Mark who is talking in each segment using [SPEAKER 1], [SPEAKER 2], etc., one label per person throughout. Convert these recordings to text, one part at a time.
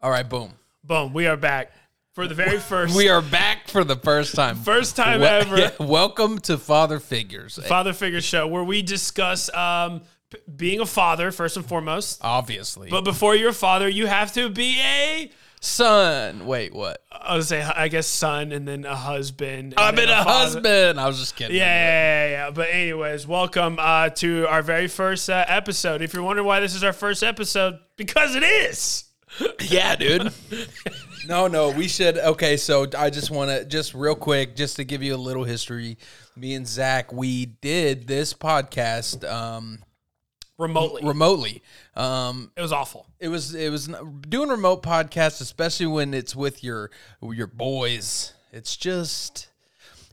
[SPEAKER 1] All right, boom.
[SPEAKER 2] Boom, we are back for the very first
[SPEAKER 1] We are back for the first time.
[SPEAKER 2] first time
[SPEAKER 1] Wel-
[SPEAKER 2] ever
[SPEAKER 1] yeah, welcome to Father Figures.
[SPEAKER 2] father figure show where we discuss um, p- being a father first and foremost.
[SPEAKER 1] Obviously.
[SPEAKER 2] But before you're a father, you have to be a
[SPEAKER 1] Son. Wait, what?
[SPEAKER 2] I would say I guess son and then a husband. and
[SPEAKER 1] I've
[SPEAKER 2] then
[SPEAKER 1] been a
[SPEAKER 2] father.
[SPEAKER 1] husband. I was just kidding.
[SPEAKER 2] Yeah, yeah, yeah, yeah. But anyways, welcome uh, to our very first uh, episode. If you're wondering why this is our first episode, because it is.
[SPEAKER 1] Yeah, dude. no, no, we should. Okay, so I just want to, just real quick, just to give you a little history. Me and Zach, we did this podcast um,
[SPEAKER 2] Remotely,
[SPEAKER 1] remotely. Um,
[SPEAKER 2] it was awful.
[SPEAKER 1] it was it was n- doing remote podcasts, especially when it's with your your boys. It's just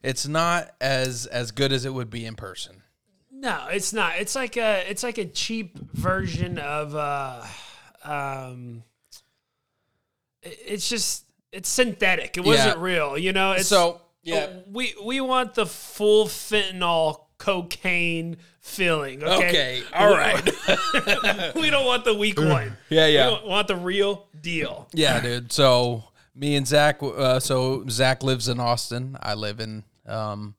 [SPEAKER 1] it's not as as good as it would be in person.
[SPEAKER 2] No, it's not. It's like a it's like a cheap version of uh um it- it's just it's synthetic. It wasn't
[SPEAKER 1] Yeah.
[SPEAKER 2] real, you know. It's
[SPEAKER 1] So yeah,
[SPEAKER 2] we we want the full fentanyl cocaine feeling. Okay.
[SPEAKER 1] okay, all right,
[SPEAKER 2] we don't want the weak one.
[SPEAKER 1] Yeah, yeah.
[SPEAKER 2] We don't want the real deal.
[SPEAKER 1] yeah, dude. So me and Zach, uh, so Zach lives in Austin. I live in um,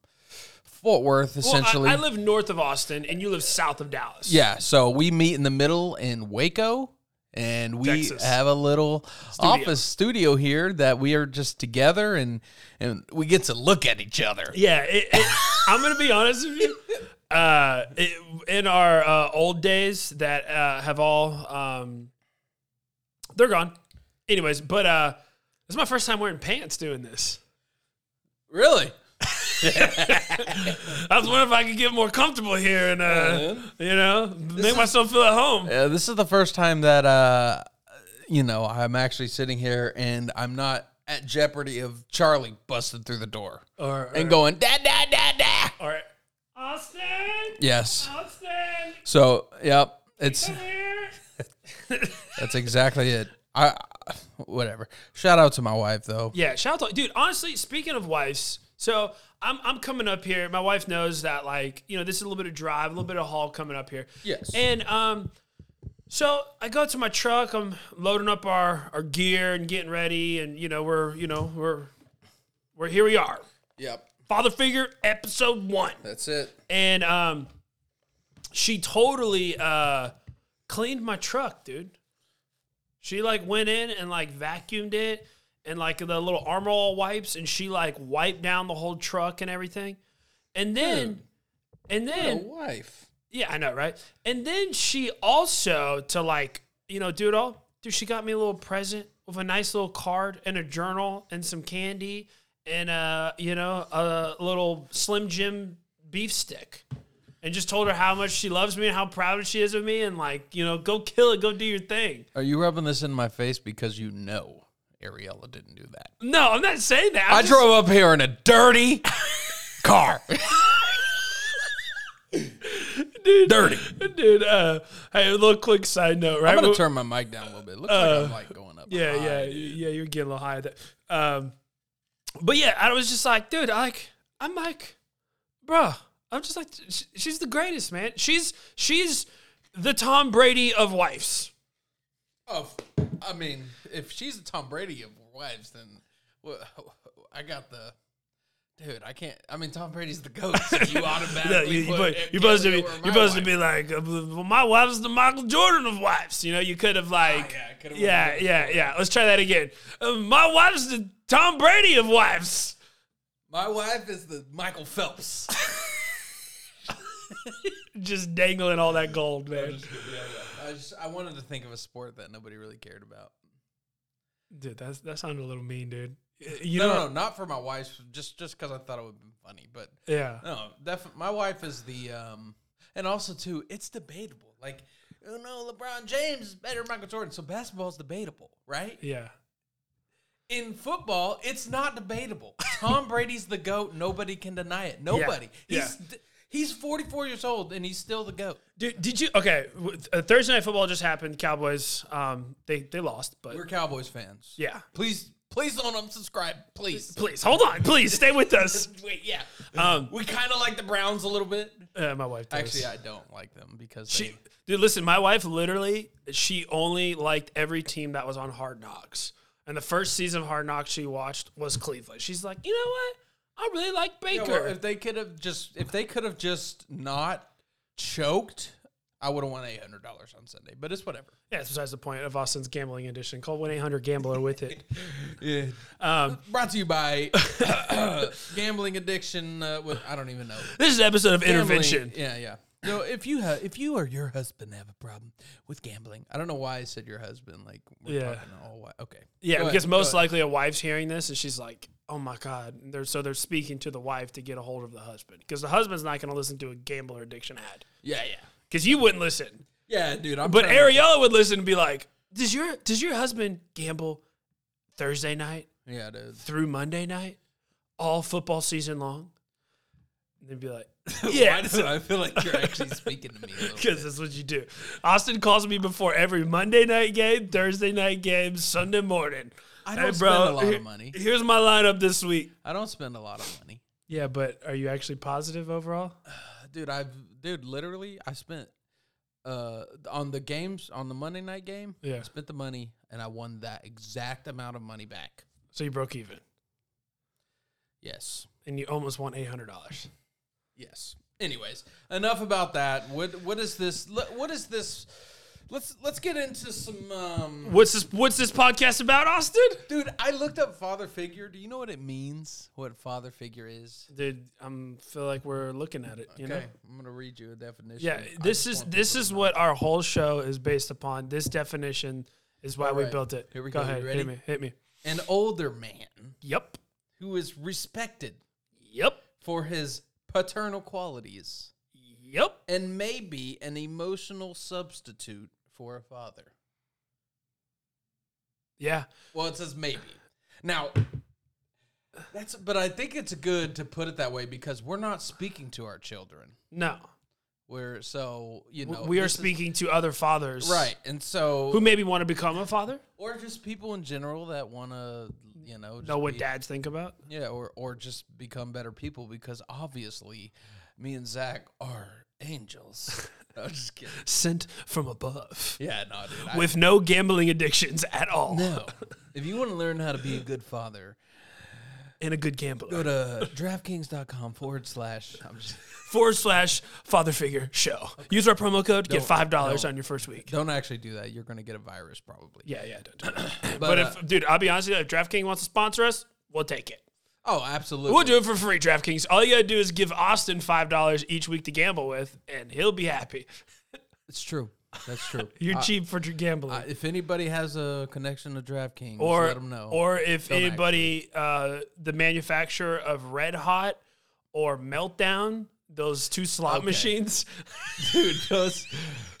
[SPEAKER 1] Fort Worth,
[SPEAKER 2] Well,
[SPEAKER 1] essentially.
[SPEAKER 2] I, I live north of Austin and you live south of Dallas.
[SPEAKER 1] yeah, so we meet in the middle in Waco. And we
[SPEAKER 2] Texas.
[SPEAKER 1] have a little office studio here that we are just together and and we get to look at each other.
[SPEAKER 2] Yeah, it, it, I'm gonna be honest with you. Uh, it, in our uh, old days that uh, have all um, they're gone. Anyways, but uh, it's my first time wearing pants doing this.
[SPEAKER 1] Really?
[SPEAKER 2] I was wondering if I could get more comfortable here and uh, you know make myself feel at home.
[SPEAKER 1] Uh, this is the first time that uh, you know I'm actually sitting here and I'm not at jeopardy of Charlie busting through the door
[SPEAKER 2] Or, or,
[SPEAKER 1] and going da da da da.
[SPEAKER 2] or Austin,
[SPEAKER 1] Yes.
[SPEAKER 2] Austin,
[SPEAKER 1] So yep, it's
[SPEAKER 2] come here.
[SPEAKER 1] that's exactly it. I whatever. Shout out to my wife though.
[SPEAKER 2] Yeah, shout out, to- dude. Honestly, speaking of wives, so I'm I'm coming up here. My wife knows that, like, you know, this is a little bit of drive, a little bit of haul coming up here.
[SPEAKER 1] Yes.
[SPEAKER 2] And um, so I go to my truck. I'm loading up our our gear and getting ready, and you know, we're you know we're we're here. We are
[SPEAKER 1] Yep.
[SPEAKER 2] father figure episode one,
[SPEAKER 1] That's it.
[SPEAKER 2] and um, she totally uh cleaned my truck, dude. She like went in and like vacuumed it and like the little armor wipes and she like wiped down the whole truck and everything. And then and then
[SPEAKER 1] wife.
[SPEAKER 2] yeah, I know, right? And then she also to like, you know, do it all. Dude, she got me a little present with a nice little card and a journal and some candy and uh, you know, a little Slim Jim beef stick. And just told her how much she loves me and how proud she is of me and like, you know, go kill it, go do your thing.
[SPEAKER 1] Are you rubbing this in my face because you know Ariella didn't do that?
[SPEAKER 2] No, I'm not saying that. I'm
[SPEAKER 1] I
[SPEAKER 2] just-
[SPEAKER 1] drove up here in a dirty car.
[SPEAKER 2] dude,
[SPEAKER 1] dirty.
[SPEAKER 2] dude, uh hey, a little quick side note, right?
[SPEAKER 1] I'm gonna
[SPEAKER 2] Well-
[SPEAKER 1] turn my mic down a little bit. Looks like I'm like going up.
[SPEAKER 2] Uh, Yeah,
[SPEAKER 1] high.
[SPEAKER 2] yeah, yeah. You're getting a little high. There. Um, but yeah, I was just like, dude, I like, I'm like, bruh, I'm just like, sh- she's the greatest, man. She's she's the Tom Brady of wives.
[SPEAKER 1] Oh, I mean, if she's a Tom Brady of wives, then wha- I got the dude. I can't. I mean, Tom Brady's the goat. So you automatically.
[SPEAKER 2] Yeah, you, you,
[SPEAKER 1] put
[SPEAKER 2] put-
[SPEAKER 1] it-
[SPEAKER 2] you're supposed to be
[SPEAKER 1] it over
[SPEAKER 2] you're
[SPEAKER 1] my
[SPEAKER 2] supposed to
[SPEAKER 1] wife.
[SPEAKER 2] be like, uh, well, my wife's the Michael Jordan of wives. You know, you could have like,
[SPEAKER 1] Ah, yeah, I could've went
[SPEAKER 2] yeah,
[SPEAKER 1] with
[SPEAKER 2] yeah, yeah. Let's try that again. Uh, my wife's the Tom Brady of wives.
[SPEAKER 1] My wife is the Michael Phelps.
[SPEAKER 2] Just dangling all that gold, man.
[SPEAKER 1] I just I wanted to think of a sport that nobody really cared about.
[SPEAKER 2] Dude, that's that sounded a little mean, dude. You
[SPEAKER 1] No,
[SPEAKER 2] know,
[SPEAKER 1] no, no not for my wife. Just just because I thought it would be funny, but
[SPEAKER 2] yeah.
[SPEAKER 1] No, definitely. My wife is the, um, and also too, it's debatable. Like, oh no, LeBron James is better than Michael Jordan. So basketball's debatable, right?
[SPEAKER 2] Yeah.
[SPEAKER 1] In football, it's not debatable. Tom Brady's the goat. Nobody can deny it. Nobody.
[SPEAKER 2] Yeah.
[SPEAKER 1] He's d- he's 44 years old and he's still the goat.
[SPEAKER 2] Dude, did you? Okay, w- uh, Thursday night football just happened. Cowboys, um, they they lost, but
[SPEAKER 1] We're Cowboys fans.
[SPEAKER 2] yeah,
[SPEAKER 1] Please
[SPEAKER 3] Please don't unsubscribe. Please.
[SPEAKER 2] Please hold on. Please stay with us.
[SPEAKER 3] Wait, yeah.
[SPEAKER 2] Um,
[SPEAKER 3] We kind of like the Browns a little bit.
[SPEAKER 2] uh, my wife. Does.
[SPEAKER 1] Actually, I don't like them because
[SPEAKER 2] She,
[SPEAKER 1] they,
[SPEAKER 2] dude, listen, my wife literally, she only liked every team that was on Hard Knocks. And the first season of Hard Knocks she watched was Cleveland. She's like, you know what? I really like
[SPEAKER 1] Yeah,
[SPEAKER 2] Baker.
[SPEAKER 1] well, if they could have just if they could have just not choked, I would have won eight hundred dollars on Sunday. But it's whatever.
[SPEAKER 2] yeah, that's besides the point of Austin's gambling edition. Call 1 800 Gambler with it.
[SPEAKER 1] Yeah.
[SPEAKER 2] Um,
[SPEAKER 1] Uh, Brought to you by gambling addiction. Uh, with, I don't even know.
[SPEAKER 2] this is an episode of
[SPEAKER 1] Gambling-
[SPEAKER 2] Intervention.
[SPEAKER 1] Yeah, yeah. So if you ha- if you or your husband have a problem with gambling, I don't know why I said your husband. Like we're
[SPEAKER 2] Yeah.
[SPEAKER 1] talking all why. Okay.
[SPEAKER 2] Yeah,
[SPEAKER 1] Go ahead,
[SPEAKER 2] because
[SPEAKER 1] go
[SPEAKER 2] most
[SPEAKER 1] ahead.
[SPEAKER 2] likely a wife's hearing this and she's like, oh my God. And They're, so they're speaking to the wife to get a hold of the husband because the husband's not going to listen to a gambler addiction ad
[SPEAKER 1] yeah, yeah,
[SPEAKER 2] because you wouldn't listen.
[SPEAKER 1] yeah, dude. I'm
[SPEAKER 2] But
[SPEAKER 1] trying to-
[SPEAKER 2] Ariella would listen and be like, "Does your does your husband gamble Thursday night
[SPEAKER 1] yeah, dude.
[SPEAKER 2] through Monday night all football season long?" And they'd be like, "Yeah."
[SPEAKER 1] Why does it- I feel like you're actually speaking to me. a little bit?
[SPEAKER 2] Because that's what you do. Austin calls me before every Monday night game, Thursday night game, Sunday morning.
[SPEAKER 1] I don't spend a lot of
[SPEAKER 2] here-
[SPEAKER 1] money.
[SPEAKER 2] Here's my lineup this week.
[SPEAKER 1] I don't spend a lot of money.
[SPEAKER 2] Yeah, but are you actually positive overall?
[SPEAKER 1] dude i've dude literally i spent uh on the games on the monday night game
[SPEAKER 2] Yeah.
[SPEAKER 1] I spent the money and i won that exact amount of money back
[SPEAKER 2] So you broke even,
[SPEAKER 1] yes
[SPEAKER 2] and you almost won eight hundred dollars.
[SPEAKER 1] yes anyways enough about that what what is this le- what is this let's let's get into some um
[SPEAKER 2] What's this? What's this podcast about, Austin?
[SPEAKER 1] dude i looked up father figure do you know what it means what father figure is
[SPEAKER 2] Dude, I'm feel like we're looking at it. You know.
[SPEAKER 1] okay i'm gonna read you a definition
[SPEAKER 2] Yeah,
[SPEAKER 1] I
[SPEAKER 2] this
[SPEAKER 1] just
[SPEAKER 2] is
[SPEAKER 1] want
[SPEAKER 2] this
[SPEAKER 1] people to
[SPEAKER 2] is
[SPEAKER 1] know.
[SPEAKER 2] what our whole show is based upon. This definition is why we
[SPEAKER 1] Alright,
[SPEAKER 2] built it.
[SPEAKER 1] here we
[SPEAKER 2] go.
[SPEAKER 1] go. You
[SPEAKER 2] Ahead,
[SPEAKER 1] ready?
[SPEAKER 2] hit me, hit me.
[SPEAKER 1] an older man
[SPEAKER 2] Yep,
[SPEAKER 1] who is respected
[SPEAKER 2] yep,
[SPEAKER 1] for his paternal qualities
[SPEAKER 2] yep.
[SPEAKER 1] and maybe an emotional substitute for a father.
[SPEAKER 2] Yeah,
[SPEAKER 1] Well, it says maybe. Now, that's but I think it's good to put it that way because we're not speaking to our children.
[SPEAKER 2] no,
[SPEAKER 1] We're so you
[SPEAKER 2] W-
[SPEAKER 1] know
[SPEAKER 2] we are
[SPEAKER 1] this is-
[SPEAKER 2] speaking to other fathers,
[SPEAKER 1] right, and so
[SPEAKER 2] Who maybe want to become a father?
[SPEAKER 1] or just people in general that want to you know just
[SPEAKER 2] Know what
[SPEAKER 1] be-
[SPEAKER 2] dads think about?
[SPEAKER 1] yeah or or just become better people because obviously me and Zach are angels. I'm just kidding.
[SPEAKER 2] Sent from above,
[SPEAKER 1] Yeah, no, dude. I-
[SPEAKER 2] with no gambling addictions at all,
[SPEAKER 1] no. If you want to learn how to be a good father,
[SPEAKER 2] and a good
[SPEAKER 1] go
[SPEAKER 2] gambler.
[SPEAKER 1] to DraftKings.com forward slash. I'm just,
[SPEAKER 2] Forward slash father figure show. Use our promo code. get
[SPEAKER 1] No,
[SPEAKER 2] five dollars
[SPEAKER 1] no.
[SPEAKER 2] on your first week.
[SPEAKER 1] don't actually do that. You're going to get a virus probably.
[SPEAKER 2] Yeah, yeah. Don't do that. but
[SPEAKER 1] uh,
[SPEAKER 2] if, dude, I'll be honest with you, if DraftKings wants to sponsor us, we'll take it.
[SPEAKER 1] Oh, absolutely.
[SPEAKER 2] We'll do it for free, DraftKings. All you gotta do is give Austin five dollars each week to gamble with, and he'll be happy.
[SPEAKER 1] It's true. That's true.
[SPEAKER 2] You're
[SPEAKER 1] I-
[SPEAKER 2] cheap for dr- gambling.
[SPEAKER 1] I- if anybody has a connection to DraftKings,
[SPEAKER 2] or
[SPEAKER 1] let them know.
[SPEAKER 2] or if
[SPEAKER 1] Don't
[SPEAKER 2] anybody, uh, the manufacturer of Red Hot or Meltdown, those two slot machines,
[SPEAKER 1] dude, those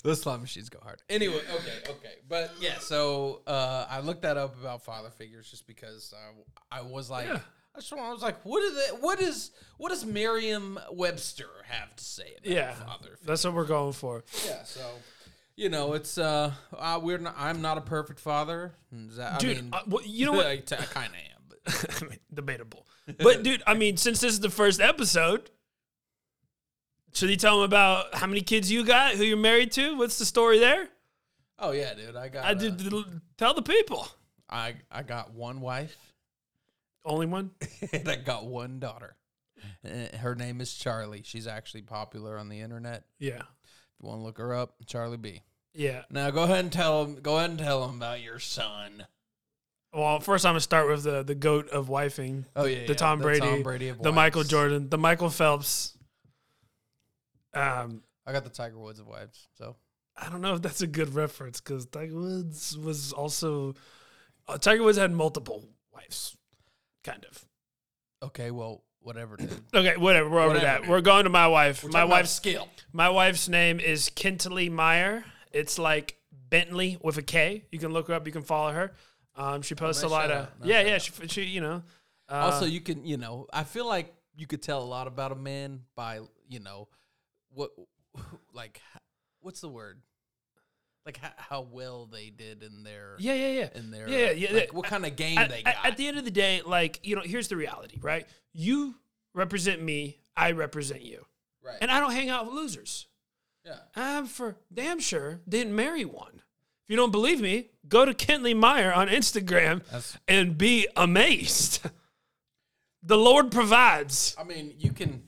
[SPEAKER 1] those slot machines go hard. Anyway, okay, okay, but yeah. So uh, I looked that up about father figures just because uh, I, I was like, I just I was like, what is it? What is what does Merriam-Webster have to say about
[SPEAKER 2] yeah,
[SPEAKER 1] father figure?
[SPEAKER 2] that's what we're going for.
[SPEAKER 1] Yeah, so you know, it's uh, uh we're not, I'm not a perfect father. Is that- I
[SPEAKER 2] Dude,
[SPEAKER 1] mean,
[SPEAKER 2] uh, well, you know what?
[SPEAKER 1] I, kind of am, but
[SPEAKER 2] debatable. But dude, I mean, since this is the first episode, should you tell them about how many kids you got, who you're married to? What's the story there?
[SPEAKER 1] oh yeah, dude, I got
[SPEAKER 2] I
[SPEAKER 1] I
[SPEAKER 2] did tell the people.
[SPEAKER 1] I I got one wife
[SPEAKER 2] Only one.
[SPEAKER 1] and I got one daughter. Uh, Her name is Charlie. She's actually popular on the internet.
[SPEAKER 2] Yeah,
[SPEAKER 1] If you want to look her up, Charlie B.
[SPEAKER 2] yeah.
[SPEAKER 1] Now go ahead and tell him. Go ahead and tell him about your son.
[SPEAKER 2] Well, first I'm gonna start with the the goat of wifing,
[SPEAKER 1] Oh yeah,
[SPEAKER 2] the
[SPEAKER 1] yeah,
[SPEAKER 2] Tom Brady,
[SPEAKER 1] of
[SPEAKER 2] the
[SPEAKER 1] wives.
[SPEAKER 2] Michael Jordan, the Michael Phelps. Um,
[SPEAKER 1] I got the Tiger Woods of wives. So
[SPEAKER 2] I don't know if that's a good reference because Tiger Woods was also uh, Tiger Woods had multiple wives, kind of.
[SPEAKER 1] okay, well, whatever. Dude.
[SPEAKER 2] Okay, whatever. We're over
[SPEAKER 1] Whatever,
[SPEAKER 2] that.
[SPEAKER 1] dude.
[SPEAKER 2] We're going to my wife.
[SPEAKER 1] We're
[SPEAKER 2] my
[SPEAKER 1] talking about
[SPEAKER 2] wife's
[SPEAKER 1] skill.
[SPEAKER 2] my wife's name is Kintley Meyer. It's like Bentley with a K. You can look her up. You can follow her. Um, she posts a
[SPEAKER 1] nice
[SPEAKER 2] lot
[SPEAKER 1] shout
[SPEAKER 2] of
[SPEAKER 1] out. Nice
[SPEAKER 2] yeah,
[SPEAKER 1] shout
[SPEAKER 2] yeah. She, she you know. Uh,
[SPEAKER 1] also you can you know i feel like you could tell a lot about a man by you know what like what's the word like how, how well they did in their
[SPEAKER 2] Yeah, yeah, yeah.
[SPEAKER 1] in their
[SPEAKER 2] yeah, yeah.
[SPEAKER 1] like, what kind of game
[SPEAKER 2] at,
[SPEAKER 1] they
[SPEAKER 2] at-
[SPEAKER 1] got.
[SPEAKER 2] at the end of the day, like, you know, here's the reality, right? You represent me, I represent you.
[SPEAKER 1] Right.
[SPEAKER 2] And I don't hang out with losers.
[SPEAKER 1] yeah.
[SPEAKER 2] I for damn sure didn't marry one. If you don't believe me, go to Kentley Meyer on Instagram
[SPEAKER 1] That's-
[SPEAKER 2] and be amazed. the Lord provides.
[SPEAKER 1] I mean, you can,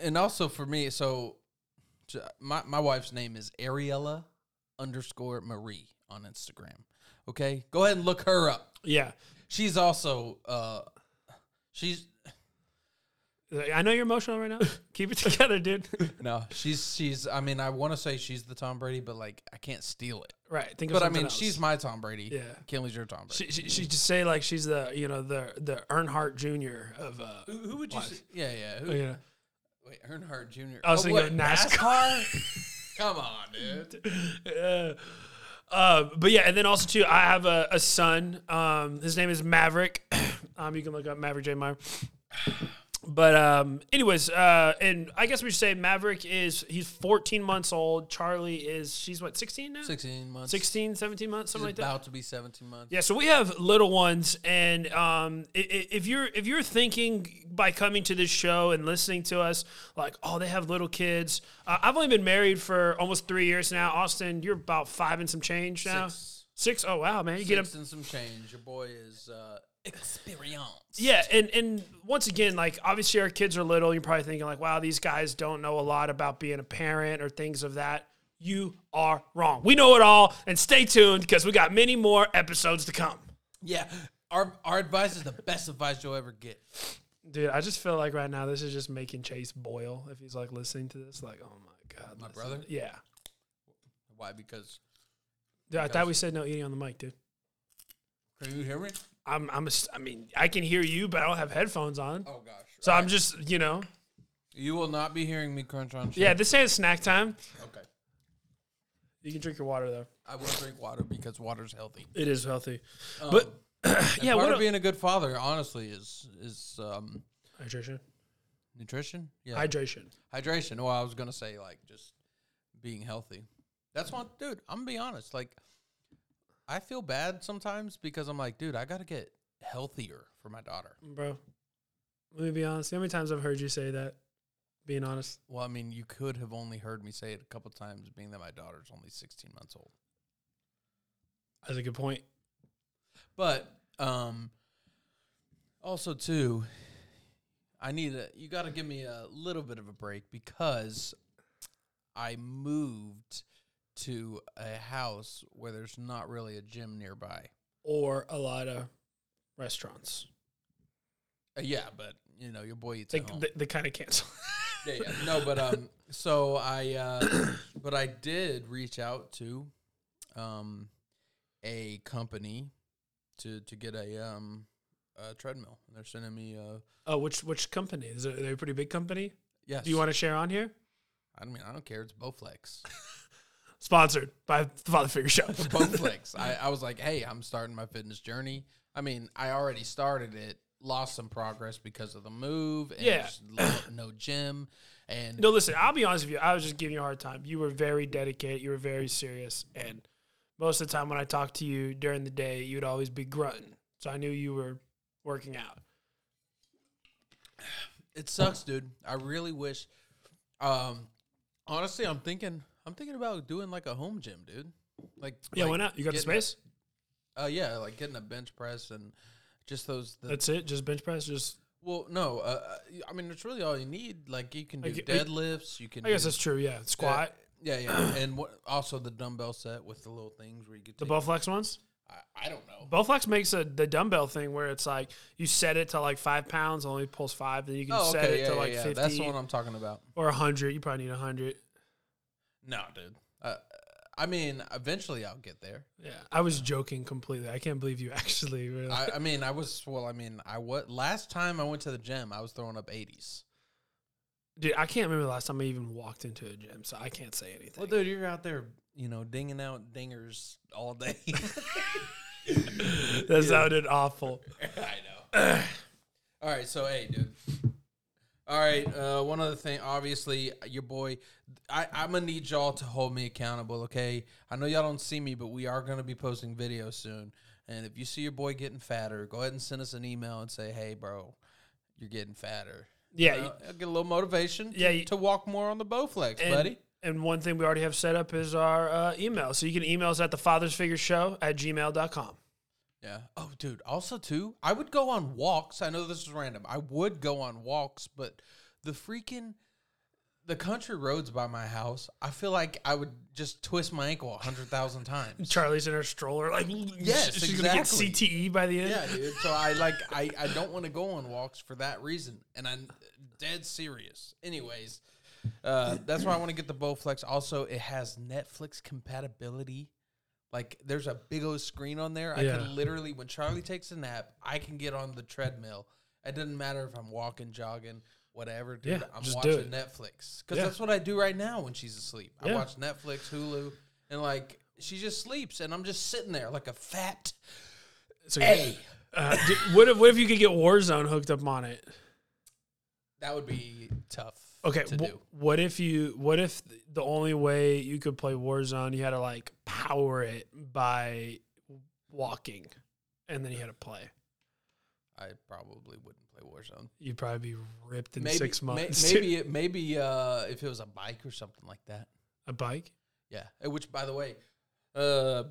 [SPEAKER 1] and also for me, so j- my my wife's name is Ariella underscore Marie on Instagram. Okay, go ahead and look her up.
[SPEAKER 2] Yeah.
[SPEAKER 1] She's also uh, she's
[SPEAKER 2] I know you're emotional right now. Keep it together, dude.
[SPEAKER 1] no, she's she's. I mean, I want to say she's the Tom Brady, but like I can't steal it.
[SPEAKER 2] right. Think of
[SPEAKER 1] But I
[SPEAKER 2] something
[SPEAKER 1] mean,
[SPEAKER 2] else.
[SPEAKER 1] she's my Tom Brady.
[SPEAKER 2] Yeah.
[SPEAKER 1] Kinley's your Tom Brady.
[SPEAKER 2] She, she, she just say like she's the you know the the Earnhardt Jr. of uh
[SPEAKER 1] who would you?
[SPEAKER 2] Why?
[SPEAKER 1] Say? Yeah, yeah. Who,
[SPEAKER 2] you know,
[SPEAKER 1] Wait, Earnhardt Jr.
[SPEAKER 2] I was
[SPEAKER 1] Oh,
[SPEAKER 2] thinking
[SPEAKER 1] what,
[SPEAKER 2] of NASCAR.
[SPEAKER 1] Come on, dude.
[SPEAKER 2] Uh, uh, but yeah, and then also too, I have a, a son. Um, his name is Maverick. um, you can look up Maverick J Meyer. But um, anyways, uh, and I guess we should say Maverick is he's 14 months old. Charlie is she's what 16 now,
[SPEAKER 1] Sixteen months.
[SPEAKER 2] 16, 17 months,
[SPEAKER 1] She's
[SPEAKER 2] something like that.
[SPEAKER 1] about to be seventeen months.
[SPEAKER 2] Yeah, so we have little ones, and um, i- i- if you're if you're thinking by coming to this show and listening to us, like, oh, they have little kids. Uh, I've only been married for almost three years now. Austin, you're about five and some change now. Six.
[SPEAKER 1] Six.
[SPEAKER 2] Oh wow, man, you get
[SPEAKER 1] Get
[SPEAKER 2] up.
[SPEAKER 1] and some change. Your boy is uh, experienced.
[SPEAKER 2] Yeah, and and once again, like obviously our kids are little. You're probably thinking like, wow, these guys don't know a lot about being a parent or things of that. You are wrong. We know it all, and stay tuned because we got many more episodes to come.
[SPEAKER 1] Yeah, our our advice is the best advice you'll ever get.
[SPEAKER 2] Dude, I just feel like right now this is just making Chase boil if he's like listening to this. Like, oh my god,
[SPEAKER 1] My
[SPEAKER 2] listen-
[SPEAKER 1] brother?
[SPEAKER 2] Yeah,
[SPEAKER 1] Why? Because
[SPEAKER 2] dude, I thought we said no eating on the mic, dude.
[SPEAKER 1] can you hear me?
[SPEAKER 2] I'm, I'm, a, s- I mean, I can hear you, but I don't have headphones on,
[SPEAKER 1] Oh gosh.
[SPEAKER 2] so I'm just, you know,
[SPEAKER 1] You will not be hearing me crunch on. Shit.
[SPEAKER 2] yeah. This ain't snack time.
[SPEAKER 1] Okay.
[SPEAKER 2] You can drink your water though.
[SPEAKER 1] I will drink water because water's healthy.
[SPEAKER 2] It is healthy, but yeah,
[SPEAKER 1] Um, Part
[SPEAKER 2] what
[SPEAKER 1] of
[SPEAKER 2] a,
[SPEAKER 1] being a good father, honestly, is is um,
[SPEAKER 2] hydration,
[SPEAKER 1] nutrition. Yeah.
[SPEAKER 2] hydration.
[SPEAKER 1] hydration. Well, I was gonna say like just being healthy. That's one, dude. I'm gonna be honest. Like, I feel bad sometimes because I'm like, dude, I gotta get healthier for my daughter.
[SPEAKER 2] bro. Let me be honest. How many times I've heard you say that? Being honest,
[SPEAKER 1] Well, I mean, you could have only heard me say it a couple times, being that my daughter's only 16 months old.
[SPEAKER 2] that's a good point.
[SPEAKER 1] But um, also too, I need a. You got to give me a little bit of a break because I moved to a house where there's not really a gym nearby.
[SPEAKER 2] Or a lot of restaurants,
[SPEAKER 1] Uh, yeah, but you know your boy eats
[SPEAKER 2] like
[SPEAKER 1] at home.
[SPEAKER 2] they, they kind of cancel.
[SPEAKER 1] yeah, yeah. No, but um, so I uh, but I did reach out to um a company to to get a um a treadmill. They're sending me uh
[SPEAKER 2] Oh, which which company? Is it, are they a pretty big company?
[SPEAKER 1] yes.
[SPEAKER 2] Do you want to share on here?
[SPEAKER 1] I mean, I don't care. It's Bowflex.
[SPEAKER 2] Sponsored by the Father Figure Show.
[SPEAKER 1] Bowflex. I, I was like, hey, I'm starting my fitness journey. I mean, I already started it, lost some progress because of the move and
[SPEAKER 2] Yeah.
[SPEAKER 1] just lo- no gym. And
[SPEAKER 2] no, listen. I'll be honest with you. I was just giving you a hard time. You were very dedicated. You were very serious, and most of the time when I talked to you during the day, you'd always be grunting. So I knew you were working out.
[SPEAKER 1] It sucks, dude. I really wish. Um, honestly, I'm thinking, I'm thinking about doing like a home gym, dude. Like,
[SPEAKER 2] Yeah,
[SPEAKER 1] like
[SPEAKER 2] why not? You got the
[SPEAKER 1] getting a-
[SPEAKER 2] space.
[SPEAKER 1] Uh, yeah, like getting a bench press and just those. The,
[SPEAKER 2] That's it. Just bench press. Just
[SPEAKER 1] well, no, uh, uh, I mean, it's really all you need. Like, you can do
[SPEAKER 2] Like, I-
[SPEAKER 1] deadlifts. You can.
[SPEAKER 2] I guess
[SPEAKER 1] do,
[SPEAKER 2] that's true. Yeah, squat.
[SPEAKER 1] yeah, yeah, and what, also the dumbbell set with the little things where you could.
[SPEAKER 2] The
[SPEAKER 1] take-
[SPEAKER 2] Bowflex ones.
[SPEAKER 1] I, I don't know.
[SPEAKER 2] Bowflex makes a the dumbbell thing where it's like you set it to like five pounds, only pulls five, then you can
[SPEAKER 1] Oh,
[SPEAKER 2] set
[SPEAKER 1] okay,
[SPEAKER 2] it
[SPEAKER 1] yeah,
[SPEAKER 2] to
[SPEAKER 1] yeah,
[SPEAKER 2] like
[SPEAKER 1] yeah.
[SPEAKER 2] fifty
[SPEAKER 1] That's the one I'm talking about.
[SPEAKER 2] or hundred. You probably need hundred.
[SPEAKER 1] No, dude. Uh, I mean, eventually I'll get there.
[SPEAKER 2] Yeah, I was joking completely. I can't believe you actually. Were like,
[SPEAKER 1] I, I mean, I was well. I mean, I what last time I went to the gym, I was throwing up eighties.
[SPEAKER 2] dude, I can't remember the last time I even walked into a gym, so I can't say anything.
[SPEAKER 1] dude, you're out there, you know, dinging out dingers all day.
[SPEAKER 2] that sounded awful.
[SPEAKER 1] I know. all right, so hey, dude. All right. Uh, one other thing, obviously, your boy. I, I'm gonna need y'all to hold me accountable. Okay. I know y'all don't see me, but we are gonna be posting videos soon. And if you see your boy getting fatter, go ahead and send us an email and say, "Hey, bro, you're getting fatter."
[SPEAKER 2] Yeah.
[SPEAKER 1] Uh, I'll get a little motivation.
[SPEAKER 2] Yeah,
[SPEAKER 1] To,
[SPEAKER 2] you-
[SPEAKER 1] to walk more on the Bowflex,
[SPEAKER 2] and,
[SPEAKER 1] buddy.
[SPEAKER 2] And one thing we already have set up is our uh, email. So you can email us at the fathers figure show at gmail.com.
[SPEAKER 1] Yeah. Oh, dude. Also, too, I would go on walks. I know this is random. I would go on walks, but the freaking the country roads by my house, I feel like I would just twist my ankle a hundred thousand times.
[SPEAKER 2] Charlie's in her stroller, like
[SPEAKER 1] Yes,
[SPEAKER 2] she's gonna get
[SPEAKER 1] exactly.
[SPEAKER 2] CTE by the end.
[SPEAKER 1] yeah, dude. So I like I I don't want to go on walks for that reason, and I'm dead serious. Anyways, uh, that's why I want to get the Bowflex. Also, it has Netflix compatibility. Like, there's a big old screen on there. I
[SPEAKER 2] Yeah.
[SPEAKER 1] can literally, when Charlie takes a nap, I can get on the treadmill. It doesn't matter if I'm walking, jogging, whatever, dude.
[SPEAKER 2] Yeah,
[SPEAKER 1] I'm
[SPEAKER 2] just do
[SPEAKER 1] watching
[SPEAKER 2] it.
[SPEAKER 1] Netflix because
[SPEAKER 2] Yeah.
[SPEAKER 1] that's what I do right now when she's asleep. I
[SPEAKER 2] Yeah.
[SPEAKER 1] watch Netflix, Hulu, and like she just sleeps, and I'm just sitting there like a fat.
[SPEAKER 2] So uh, d- what if what if you could get Warzone hooked up on it?
[SPEAKER 1] That would be tough.
[SPEAKER 2] Okay,
[SPEAKER 1] to
[SPEAKER 2] wh-
[SPEAKER 1] do.
[SPEAKER 2] what if you what if the only way you could play Warzone you had to like power it by walking, and then you had to play.
[SPEAKER 1] I probably wouldn't play Warzone.
[SPEAKER 2] You'd probably be ripped in
[SPEAKER 1] Maybe
[SPEAKER 2] six
[SPEAKER 1] may-
[SPEAKER 2] months.
[SPEAKER 1] maybe it, maybe uh, if it was a bike or something like that.
[SPEAKER 2] a bike.
[SPEAKER 1] Yeah. Uh, Which, by the way, uh,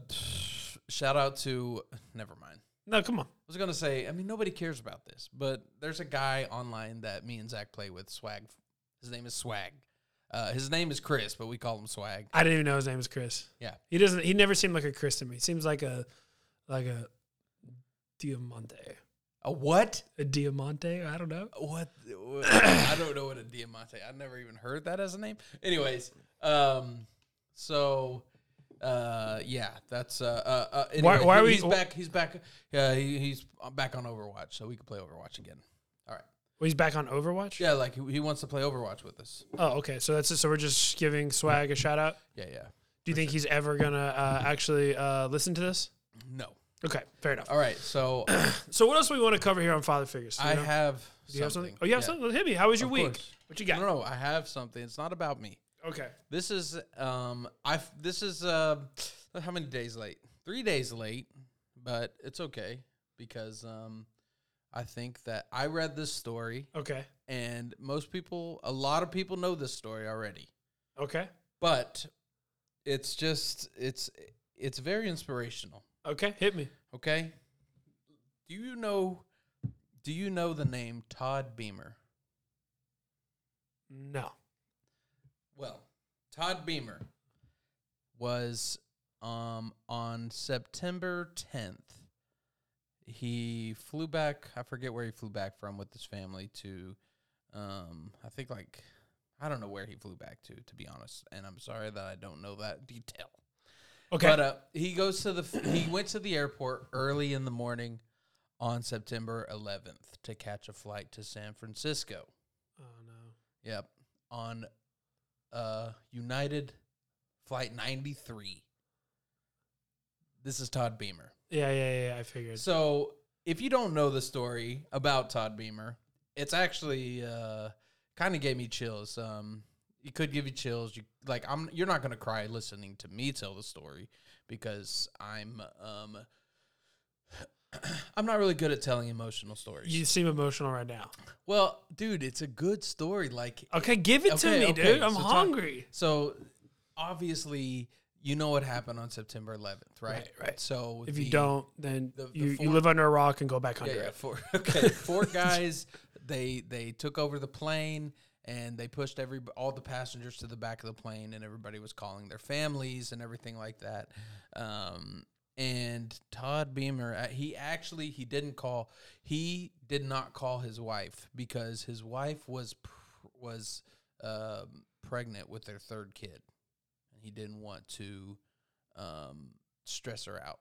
[SPEAKER 1] shout out to. Never mind. I
[SPEAKER 2] No, come on.
[SPEAKER 1] was gonna say. I mean, nobody cares about this, but there's a guy online that me and Zach play with. Swag. His name is Swag. Uh, his name is Chris, but we call him Swag.
[SPEAKER 2] I didn't even know his name was Chris.
[SPEAKER 1] Yeah.
[SPEAKER 2] He doesn't. He never seemed like a Chris to me. He seems like a like a Diamante.
[SPEAKER 1] A what?
[SPEAKER 2] A Diamante. I don't know.
[SPEAKER 1] what, what I don't know what a diamante. I never even heard that as a name. Anyways, um, so uh, yeah, that's uh, uh, uh
[SPEAKER 2] Why-
[SPEAKER 1] anyway,
[SPEAKER 2] why
[SPEAKER 1] he-
[SPEAKER 2] are we-
[SPEAKER 1] he's back? He's back. Yeah, he, he's back on Overwatch, so we can play Overwatch again. All right.
[SPEAKER 2] Well, Oh, he's back on Overwatch.
[SPEAKER 1] Yeah, like he, he wants to play Overwatch with us.
[SPEAKER 2] Oh, okay. So that's it. So we're just giving Swag a shout out.
[SPEAKER 1] Yeah, yeah.
[SPEAKER 2] Do you think he's ever gonna uh, actually uh, listen to this?
[SPEAKER 1] No.
[SPEAKER 2] Okay, fair enough.
[SPEAKER 1] All right. So
[SPEAKER 2] So what else do we want to cover here on Father Figures? Do you
[SPEAKER 1] I
[SPEAKER 2] know?
[SPEAKER 1] have.
[SPEAKER 2] Do you have something?
[SPEAKER 1] something.
[SPEAKER 2] Oh, you have
[SPEAKER 1] Yeah.
[SPEAKER 2] something. Well, Hit me. How was your
[SPEAKER 1] Of
[SPEAKER 2] week?
[SPEAKER 1] course.
[SPEAKER 2] What you got?
[SPEAKER 1] No, no, I have something. It's not about me.
[SPEAKER 2] Okay.
[SPEAKER 1] This is um I this is uh how many days late? 3 days late, but it's okay because um I think that I read this story
[SPEAKER 2] Okay.
[SPEAKER 1] and most people a lot of people know this story already.
[SPEAKER 2] Okay.
[SPEAKER 1] But it's just it's it's very inspirational,
[SPEAKER 2] Okay. Hit me.
[SPEAKER 1] okay? Do you know do you know the name Todd Beamer?
[SPEAKER 2] No.
[SPEAKER 1] Well, Todd Beamer was um, on September 10th. He flew back. I forget where he flew back from with his family to, um, I think like, I don't know where he flew back to, to be honest. And I'm sorry that I don't know that detail.
[SPEAKER 2] Okay.
[SPEAKER 1] But uh, he goes to the he went to the airport early in the morning on September 11th to catch a flight to San Francisco.
[SPEAKER 2] oh no.
[SPEAKER 1] Yep. On uh United Flight 93. This is Todd Beamer.
[SPEAKER 2] Yeah, yeah, yeah. yeah, I figured.
[SPEAKER 1] So, if you don't know the story about Todd Beamer, it's actually uh kind of gave me chills. Um it could give you chills. You like I'm you're not going to cry listening to me tell the story because I'm um I'm not really good at telling emotional stories.
[SPEAKER 2] You seem emotional right now.
[SPEAKER 1] well, dude, it's a good story. Like
[SPEAKER 2] Okay, give it to
[SPEAKER 1] Okay,
[SPEAKER 2] me,
[SPEAKER 1] okay,
[SPEAKER 2] dude. I'm
[SPEAKER 1] so talk-
[SPEAKER 2] hungry.
[SPEAKER 1] So obviously, you know what happened on September 11th, right?
[SPEAKER 2] Right, right.
[SPEAKER 1] So
[SPEAKER 2] If
[SPEAKER 1] the-
[SPEAKER 2] you don't, then
[SPEAKER 1] the- the
[SPEAKER 2] you, you
[SPEAKER 1] form-
[SPEAKER 2] live under a rock and go back under
[SPEAKER 1] yeah, yeah,
[SPEAKER 2] it.
[SPEAKER 1] four. Okay, four guys. They they took over the plane and they pushed every all the passengers to the back of the plane, and everybody was calling their families and everything like that. Um, and Todd Beamer, uh, he actually he didn't call. He did not call his wife because his wife was pr- was um, pregnant with their third kid, and he didn't want to um, stress her out.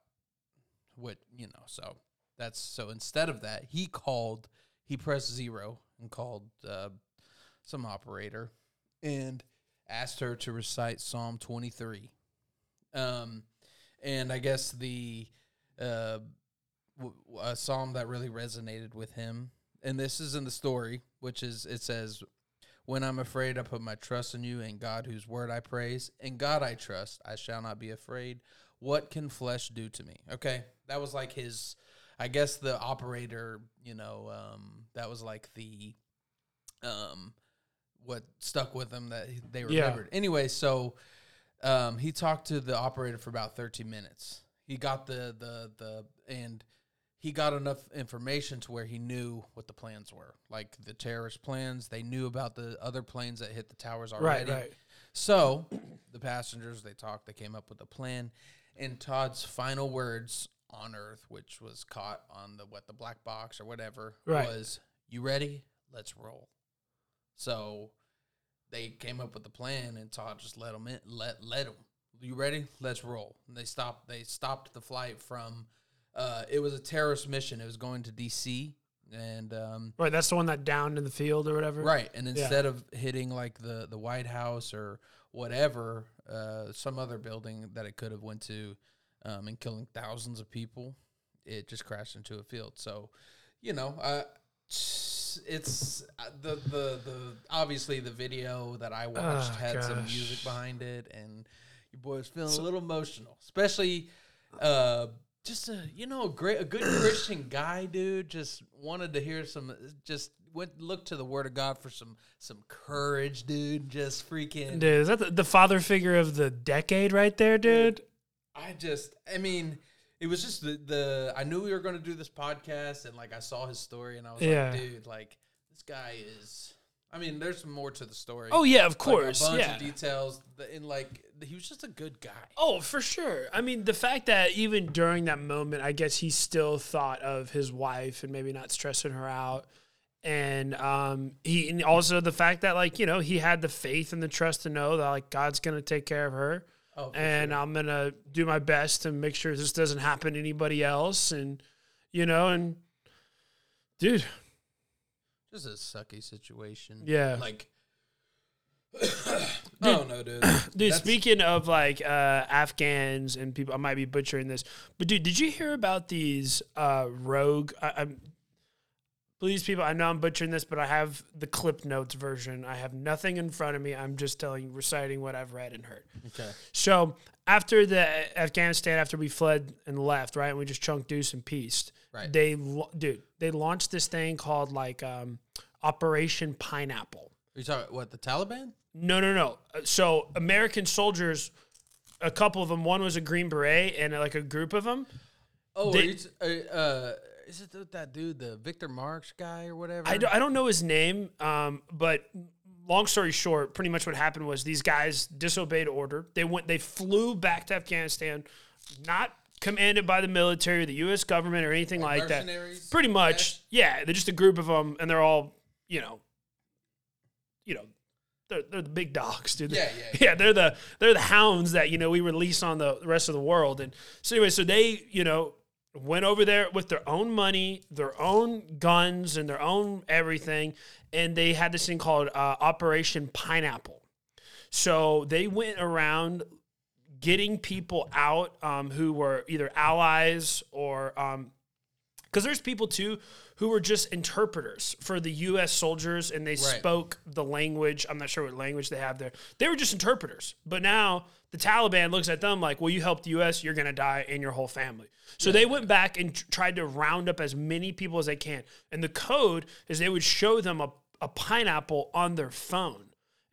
[SPEAKER 1] What you know, so that's so instead of that, he called, he pressed zero and called uh, some operator and asked her to recite Psalm 23. Um, and I guess the uh, w- w- a psalm that really resonated with him. and this is in the story, which is it says, "When I'm afraid, I put my trust in you and God, whose word I praise. In God I trust; I shall not be afraid. What can flesh do to me?" Okay, that was like his, I guess the operator. You know, um, that was like the, um, what stuck with them that he- they
[SPEAKER 2] Yeah.
[SPEAKER 1] remembered. Anyway, so um, he talked to the operator for about 30 minutes. He got the the the and he got enough information to where he knew what the plans were, like the terrorist plans. They knew about the other planes that hit the towers already.
[SPEAKER 2] right.
[SPEAKER 1] So the passengers they talked. They came up with a plan, and Todd's final words on Earth, which was caught on the what the black box or whatever,
[SPEAKER 2] Right.
[SPEAKER 1] was "You ready? Let's roll." So they came up with the plan, and Todd just let them in. Let let them. You ready? Let's roll. And they stopped. They stopped the flight from. Uh, it was a terrorist mission. It was going to D.C. and um,
[SPEAKER 2] Right, that's the one that downed in the field or whatever.
[SPEAKER 1] right. And instead of hitting like the the White House or whatever, uh, some other building that it could have went to, um, and killing thousands of people, it just crashed into a field. So, you know, uh, it's uh, the the the obviously the video that I watched
[SPEAKER 2] Oh,
[SPEAKER 1] had some
[SPEAKER 2] gosh.
[SPEAKER 1] music behind it, and your boy was feeling a little emotional, especially. Uh, just a you know a great a good Christian guy, dude. Just wanted to hear some. Just went looked to the Word of God for some some courage, dude. Just freaking.
[SPEAKER 2] Dude, is that the, the father figure of the decade right there, dude?
[SPEAKER 1] I just, I mean, it was just the, the I knew we were going to do this podcast, and like I saw his story, and I was
[SPEAKER 2] Yeah.
[SPEAKER 1] like, dude, like this guy is. I mean, there's more to the story.
[SPEAKER 2] Oh yeah, of
[SPEAKER 1] Like,
[SPEAKER 2] course.
[SPEAKER 1] a bunch
[SPEAKER 2] yeah.
[SPEAKER 1] of details, th- and like he was just a good guy.
[SPEAKER 2] Oh, for sure. I mean, the fact that even during that moment, I guess he still thought of his wife and maybe not stressing her out. And um, he, and also the fact that like you know he had the faith and the trust to know that like God's gonna take care of her,
[SPEAKER 1] Oh, for
[SPEAKER 2] and I'm gonna do my best to make sure this doesn't happen to anybody else. And you know, and dude,
[SPEAKER 1] Just a sucky situation.
[SPEAKER 2] Yeah.
[SPEAKER 1] like. oh no, dude!
[SPEAKER 2] Dude,
[SPEAKER 1] That's-
[SPEAKER 2] speaking of like uh, Afghans and people, I might be butchering this, but dude, did you hear about these uh, rogue? I, I'm please, people. I know I'm butchering this, but I have the clip notes version. I have nothing in front of me. I'm just telling, reciting what I've read and heard.
[SPEAKER 1] Okay.
[SPEAKER 2] So after the Afghanistan, after we fled and left, right, and we just chunked deuce and peaced.
[SPEAKER 1] Right.
[SPEAKER 2] They, lo- dude, they launched this thing called like um, Operation Pineapple.
[SPEAKER 1] Are you talking what the Taliban?
[SPEAKER 2] No, no, no. Uh, So American soldiers, a couple of them. One was a Green Beret, and uh, like a group of them.
[SPEAKER 1] Oh,
[SPEAKER 2] They-
[SPEAKER 1] are you t- uh, uh, is it th- that dude, the Victor Marx guy or whatever?
[SPEAKER 2] I don't, I don't know his name, um, but long story short, pretty much what happened was these guys disobeyed order. They went, they flew back to Afghanistan, not commanded by the military, the U.S. government, or anything like,
[SPEAKER 1] mercenaries?
[SPEAKER 2] that. Pretty much, yeah. They're just a group of them, and they're all, you know, you know. They're, they're the big dogs, dude.
[SPEAKER 1] Yeah, yeah,
[SPEAKER 2] yeah. They're the they're the hounds that you know we release on the rest of the world. And so anyway, so they you know went over there with their own money, their own guns, and their own everything, and they had this thing called uh, Operation Pineapple. So they went around getting people out um, who were either allies or um, because there's people too who were just interpreters for the U.S. soldiers, and they spoke the language. I'm not sure what language they have there. They were just interpreters, but now the Taliban looks at them like, "Well, you helped the U.S., you're gonna die and your whole family." So they went back and tr- tried to round up as many people as they can, and the code is they would show them a, a pineapple on their phone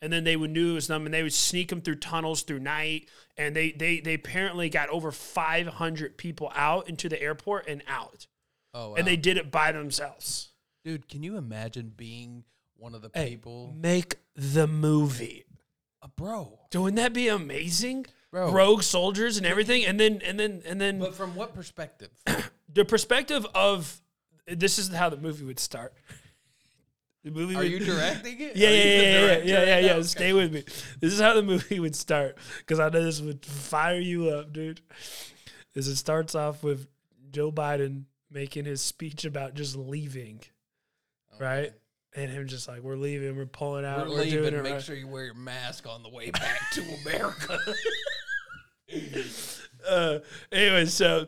[SPEAKER 2] and then they would news them and they would sneak them through tunnels through night and they they they apparently got over 500 people out into the airport and out
[SPEAKER 1] Oh, wow.
[SPEAKER 2] and they did it by themselves
[SPEAKER 1] dude, can you imagine being one of the people?
[SPEAKER 2] make the movie
[SPEAKER 1] Uh, bro,
[SPEAKER 2] wouldn't that be amazing
[SPEAKER 1] Bro.
[SPEAKER 2] rogue soldiers and everything and then and then and then
[SPEAKER 1] but from what perspective?
[SPEAKER 2] the perspective of this is how the movie would start the movie
[SPEAKER 1] Are
[SPEAKER 2] would,
[SPEAKER 1] you directing it?
[SPEAKER 2] Yeah,
[SPEAKER 1] Are
[SPEAKER 2] yeah,
[SPEAKER 1] you the
[SPEAKER 2] yeah, yeah,
[SPEAKER 1] director
[SPEAKER 2] yeah,
[SPEAKER 1] right
[SPEAKER 2] yeah,
[SPEAKER 1] now?
[SPEAKER 2] yeah.
[SPEAKER 1] Okay.
[SPEAKER 2] Stay with me. This is how the movie would start because I know this would fire you up, dude. Is it starts off with Joe Biden making his speech about just leaving, right? And him just like, we're leaving, we're pulling out,
[SPEAKER 1] We're
[SPEAKER 2] we're, doing
[SPEAKER 1] leaving.
[SPEAKER 2] it
[SPEAKER 1] Make
[SPEAKER 2] right.
[SPEAKER 1] sure you wear your mask on the way back to America.
[SPEAKER 2] uh, anyway, so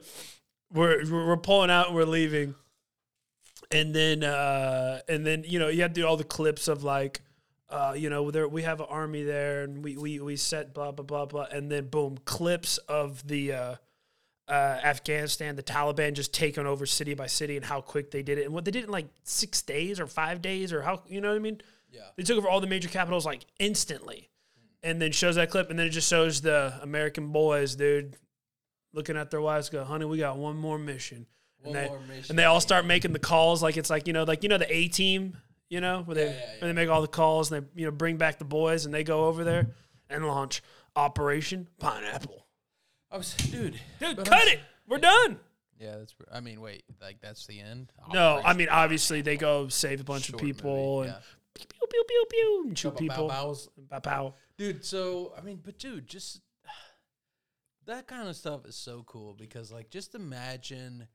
[SPEAKER 2] we're we're pulling out and we're leaving, and then uh, and then you know you had to do all the clips of like uh, you know there we have an army there and we we we set blah blah blah blah and then boom clips of the uh, uh, Afghanistan the Taliban just taking over city by city and how quick they did it and what they did in like six days or five days or how you know what I mean
[SPEAKER 1] Yeah.
[SPEAKER 2] they took over all the major capitals like instantly and then shows that clip and then it just shows the American boys dude looking at their wives go honey we got one more mission.
[SPEAKER 1] One
[SPEAKER 2] and they,
[SPEAKER 1] more mission.
[SPEAKER 2] and they all start making the calls like it's like you know like you know the A team you know where they
[SPEAKER 1] Yeah, yeah,
[SPEAKER 2] where they make all the calls and they you know bring back the boys and they go over there and launch Operation Pineapple.
[SPEAKER 1] I was, dude.
[SPEAKER 2] Dude,
[SPEAKER 1] but I'm-
[SPEAKER 2] cut it. We're done.
[SPEAKER 1] Yeah, that's. I mean, wait, like that's the end.
[SPEAKER 2] No, I
[SPEAKER 1] Operation
[SPEAKER 2] mean obviously they go save a bunch of
[SPEAKER 1] short
[SPEAKER 2] people
[SPEAKER 1] movie,
[SPEAKER 2] and pew pew pew pew pew and
[SPEAKER 1] yeah.
[SPEAKER 2] shoot
[SPEAKER 1] Bow, bow,
[SPEAKER 2] people.
[SPEAKER 1] bows.
[SPEAKER 2] Bow, pow.
[SPEAKER 1] dude. So I mean, but dude, just that kind of stuff is so cool because, like, just imagine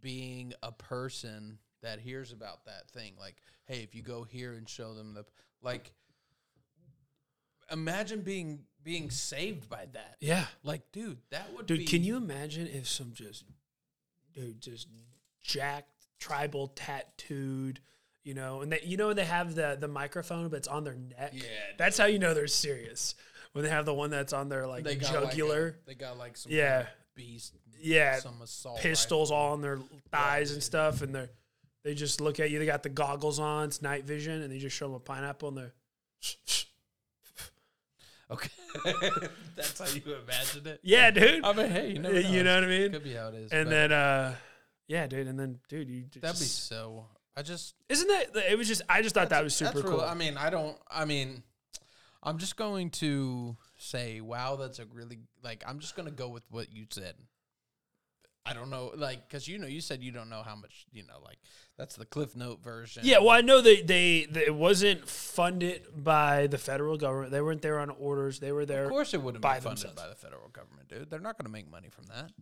[SPEAKER 1] being a person that hears about that thing. Like, hey, if you go here and show them the like, imagine being being saved by that.
[SPEAKER 2] Yeah.
[SPEAKER 1] Like, dude, that would be,
[SPEAKER 2] Dude, can you imagine if some just dude just jacked tribal tattooed, you know, and they you know they have the the microphone but it's on their neck.
[SPEAKER 1] Yeah,
[SPEAKER 2] That's how you know they're serious. When they have the one that's on their like
[SPEAKER 1] They got
[SPEAKER 2] jugular.
[SPEAKER 1] Like a- they got like some
[SPEAKER 2] Yeah.
[SPEAKER 1] kind of beast.
[SPEAKER 2] yeah.
[SPEAKER 1] Some assault
[SPEAKER 2] pistols all on their thighs and stuff and they're they just look at you, they got the goggles on, it's night vision, and they just show them a pineapple and they're
[SPEAKER 1] Okay. That's how you imagine it.
[SPEAKER 2] Yeah, dude.
[SPEAKER 1] I mean, hey, you never know.
[SPEAKER 2] you know what I mean?
[SPEAKER 1] Could be how it is.
[SPEAKER 2] and
[SPEAKER 1] but
[SPEAKER 2] then uh yeah, dude, and then dude, you just,
[SPEAKER 1] that'd be so. I just
[SPEAKER 2] isn't that it was just I just thought that was
[SPEAKER 1] that's
[SPEAKER 2] super
[SPEAKER 1] real-
[SPEAKER 2] cool.
[SPEAKER 1] I mean, I don't. I mean, I'm just going to say, wow, that's a really like. I'm just going to go with what you said. I don't know, like, because you know, you said you don't know how much, you know, like that's the Cliff Note version.
[SPEAKER 2] Yeah, well, I know they, they, they it wasn't funded by the federal government. They weren't there on orders. They were
[SPEAKER 1] of
[SPEAKER 2] there.
[SPEAKER 1] course it wouldn't be
[SPEAKER 2] by
[SPEAKER 1] funded
[SPEAKER 2] themselves.
[SPEAKER 1] by the federal government, dude. They're not going to make money from that.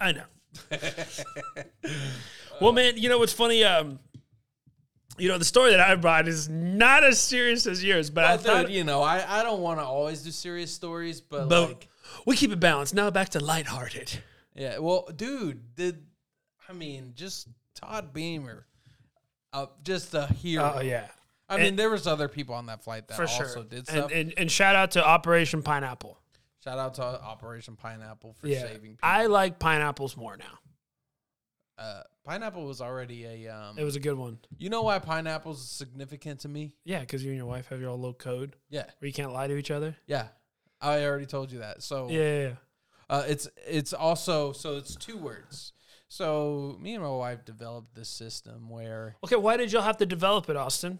[SPEAKER 2] I know. well, man, you know what's funny? Um, you know the story that I brought is not as serious as yours, but I
[SPEAKER 1] I
[SPEAKER 2] thought.
[SPEAKER 1] thought, you know, I, I don't want to always do serious stories, but,
[SPEAKER 2] but
[SPEAKER 1] like,
[SPEAKER 2] we keep it balanced. Now back to lighthearted.
[SPEAKER 1] yeah. Well, dude, did I mean just Todd Beamer, uh, just a hero.
[SPEAKER 2] Oh yeah,
[SPEAKER 1] I mean, there was other people on that flight that
[SPEAKER 2] for
[SPEAKER 1] also
[SPEAKER 2] sure.
[SPEAKER 1] did
[SPEAKER 2] and,
[SPEAKER 1] stuff.
[SPEAKER 2] and and shout out to Operation Pineapple.
[SPEAKER 1] Shout out to Operation Pineapple for
[SPEAKER 2] Yeah,
[SPEAKER 1] saving. People.
[SPEAKER 2] I like pineapples more now.
[SPEAKER 1] uh, Pineapple was already a. Um,
[SPEAKER 2] It was a good one.
[SPEAKER 1] you know why pineapples is significant to me?
[SPEAKER 2] Yeah, because you and your wife have your old little code
[SPEAKER 1] Yeah,
[SPEAKER 2] where you can't lie to each other.
[SPEAKER 1] yeah. I already told you that. So
[SPEAKER 2] Yeah, yeah, yeah.
[SPEAKER 1] Uh, it's it's also so it's two words. So me and my wife developed this system where
[SPEAKER 2] Okay, why did y'all have to develop it, Austin?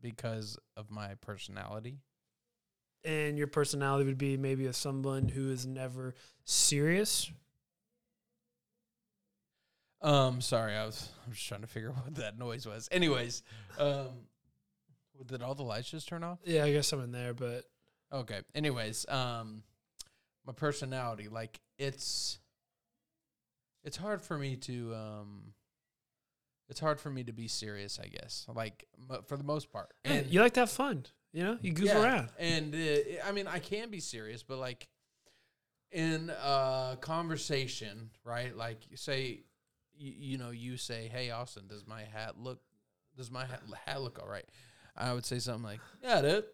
[SPEAKER 1] because of my personality.
[SPEAKER 2] and your personality would be maybe of someone who is never serious.
[SPEAKER 1] Um, sorry, I was I'm just trying to figure out what that noise was. Anyways, um, did all the lights just turn off?
[SPEAKER 2] Yeah, I guess I'm in there, but
[SPEAKER 1] Okay. Anyways, um, my personality, like it's, it's hard for me to, um, it's hard for me to be serious. I guess, like mo- for the most part,
[SPEAKER 2] and you like to have fun. You know, you goof
[SPEAKER 1] yeah,
[SPEAKER 2] around.
[SPEAKER 1] And uh, I mean, I can be serious, but like in a conversation, right? Like, you say, you, you know, you say, "Hey, Austin, does my hat look? Does my hat, hat look all right?" I would say something like, "Yeah, dude.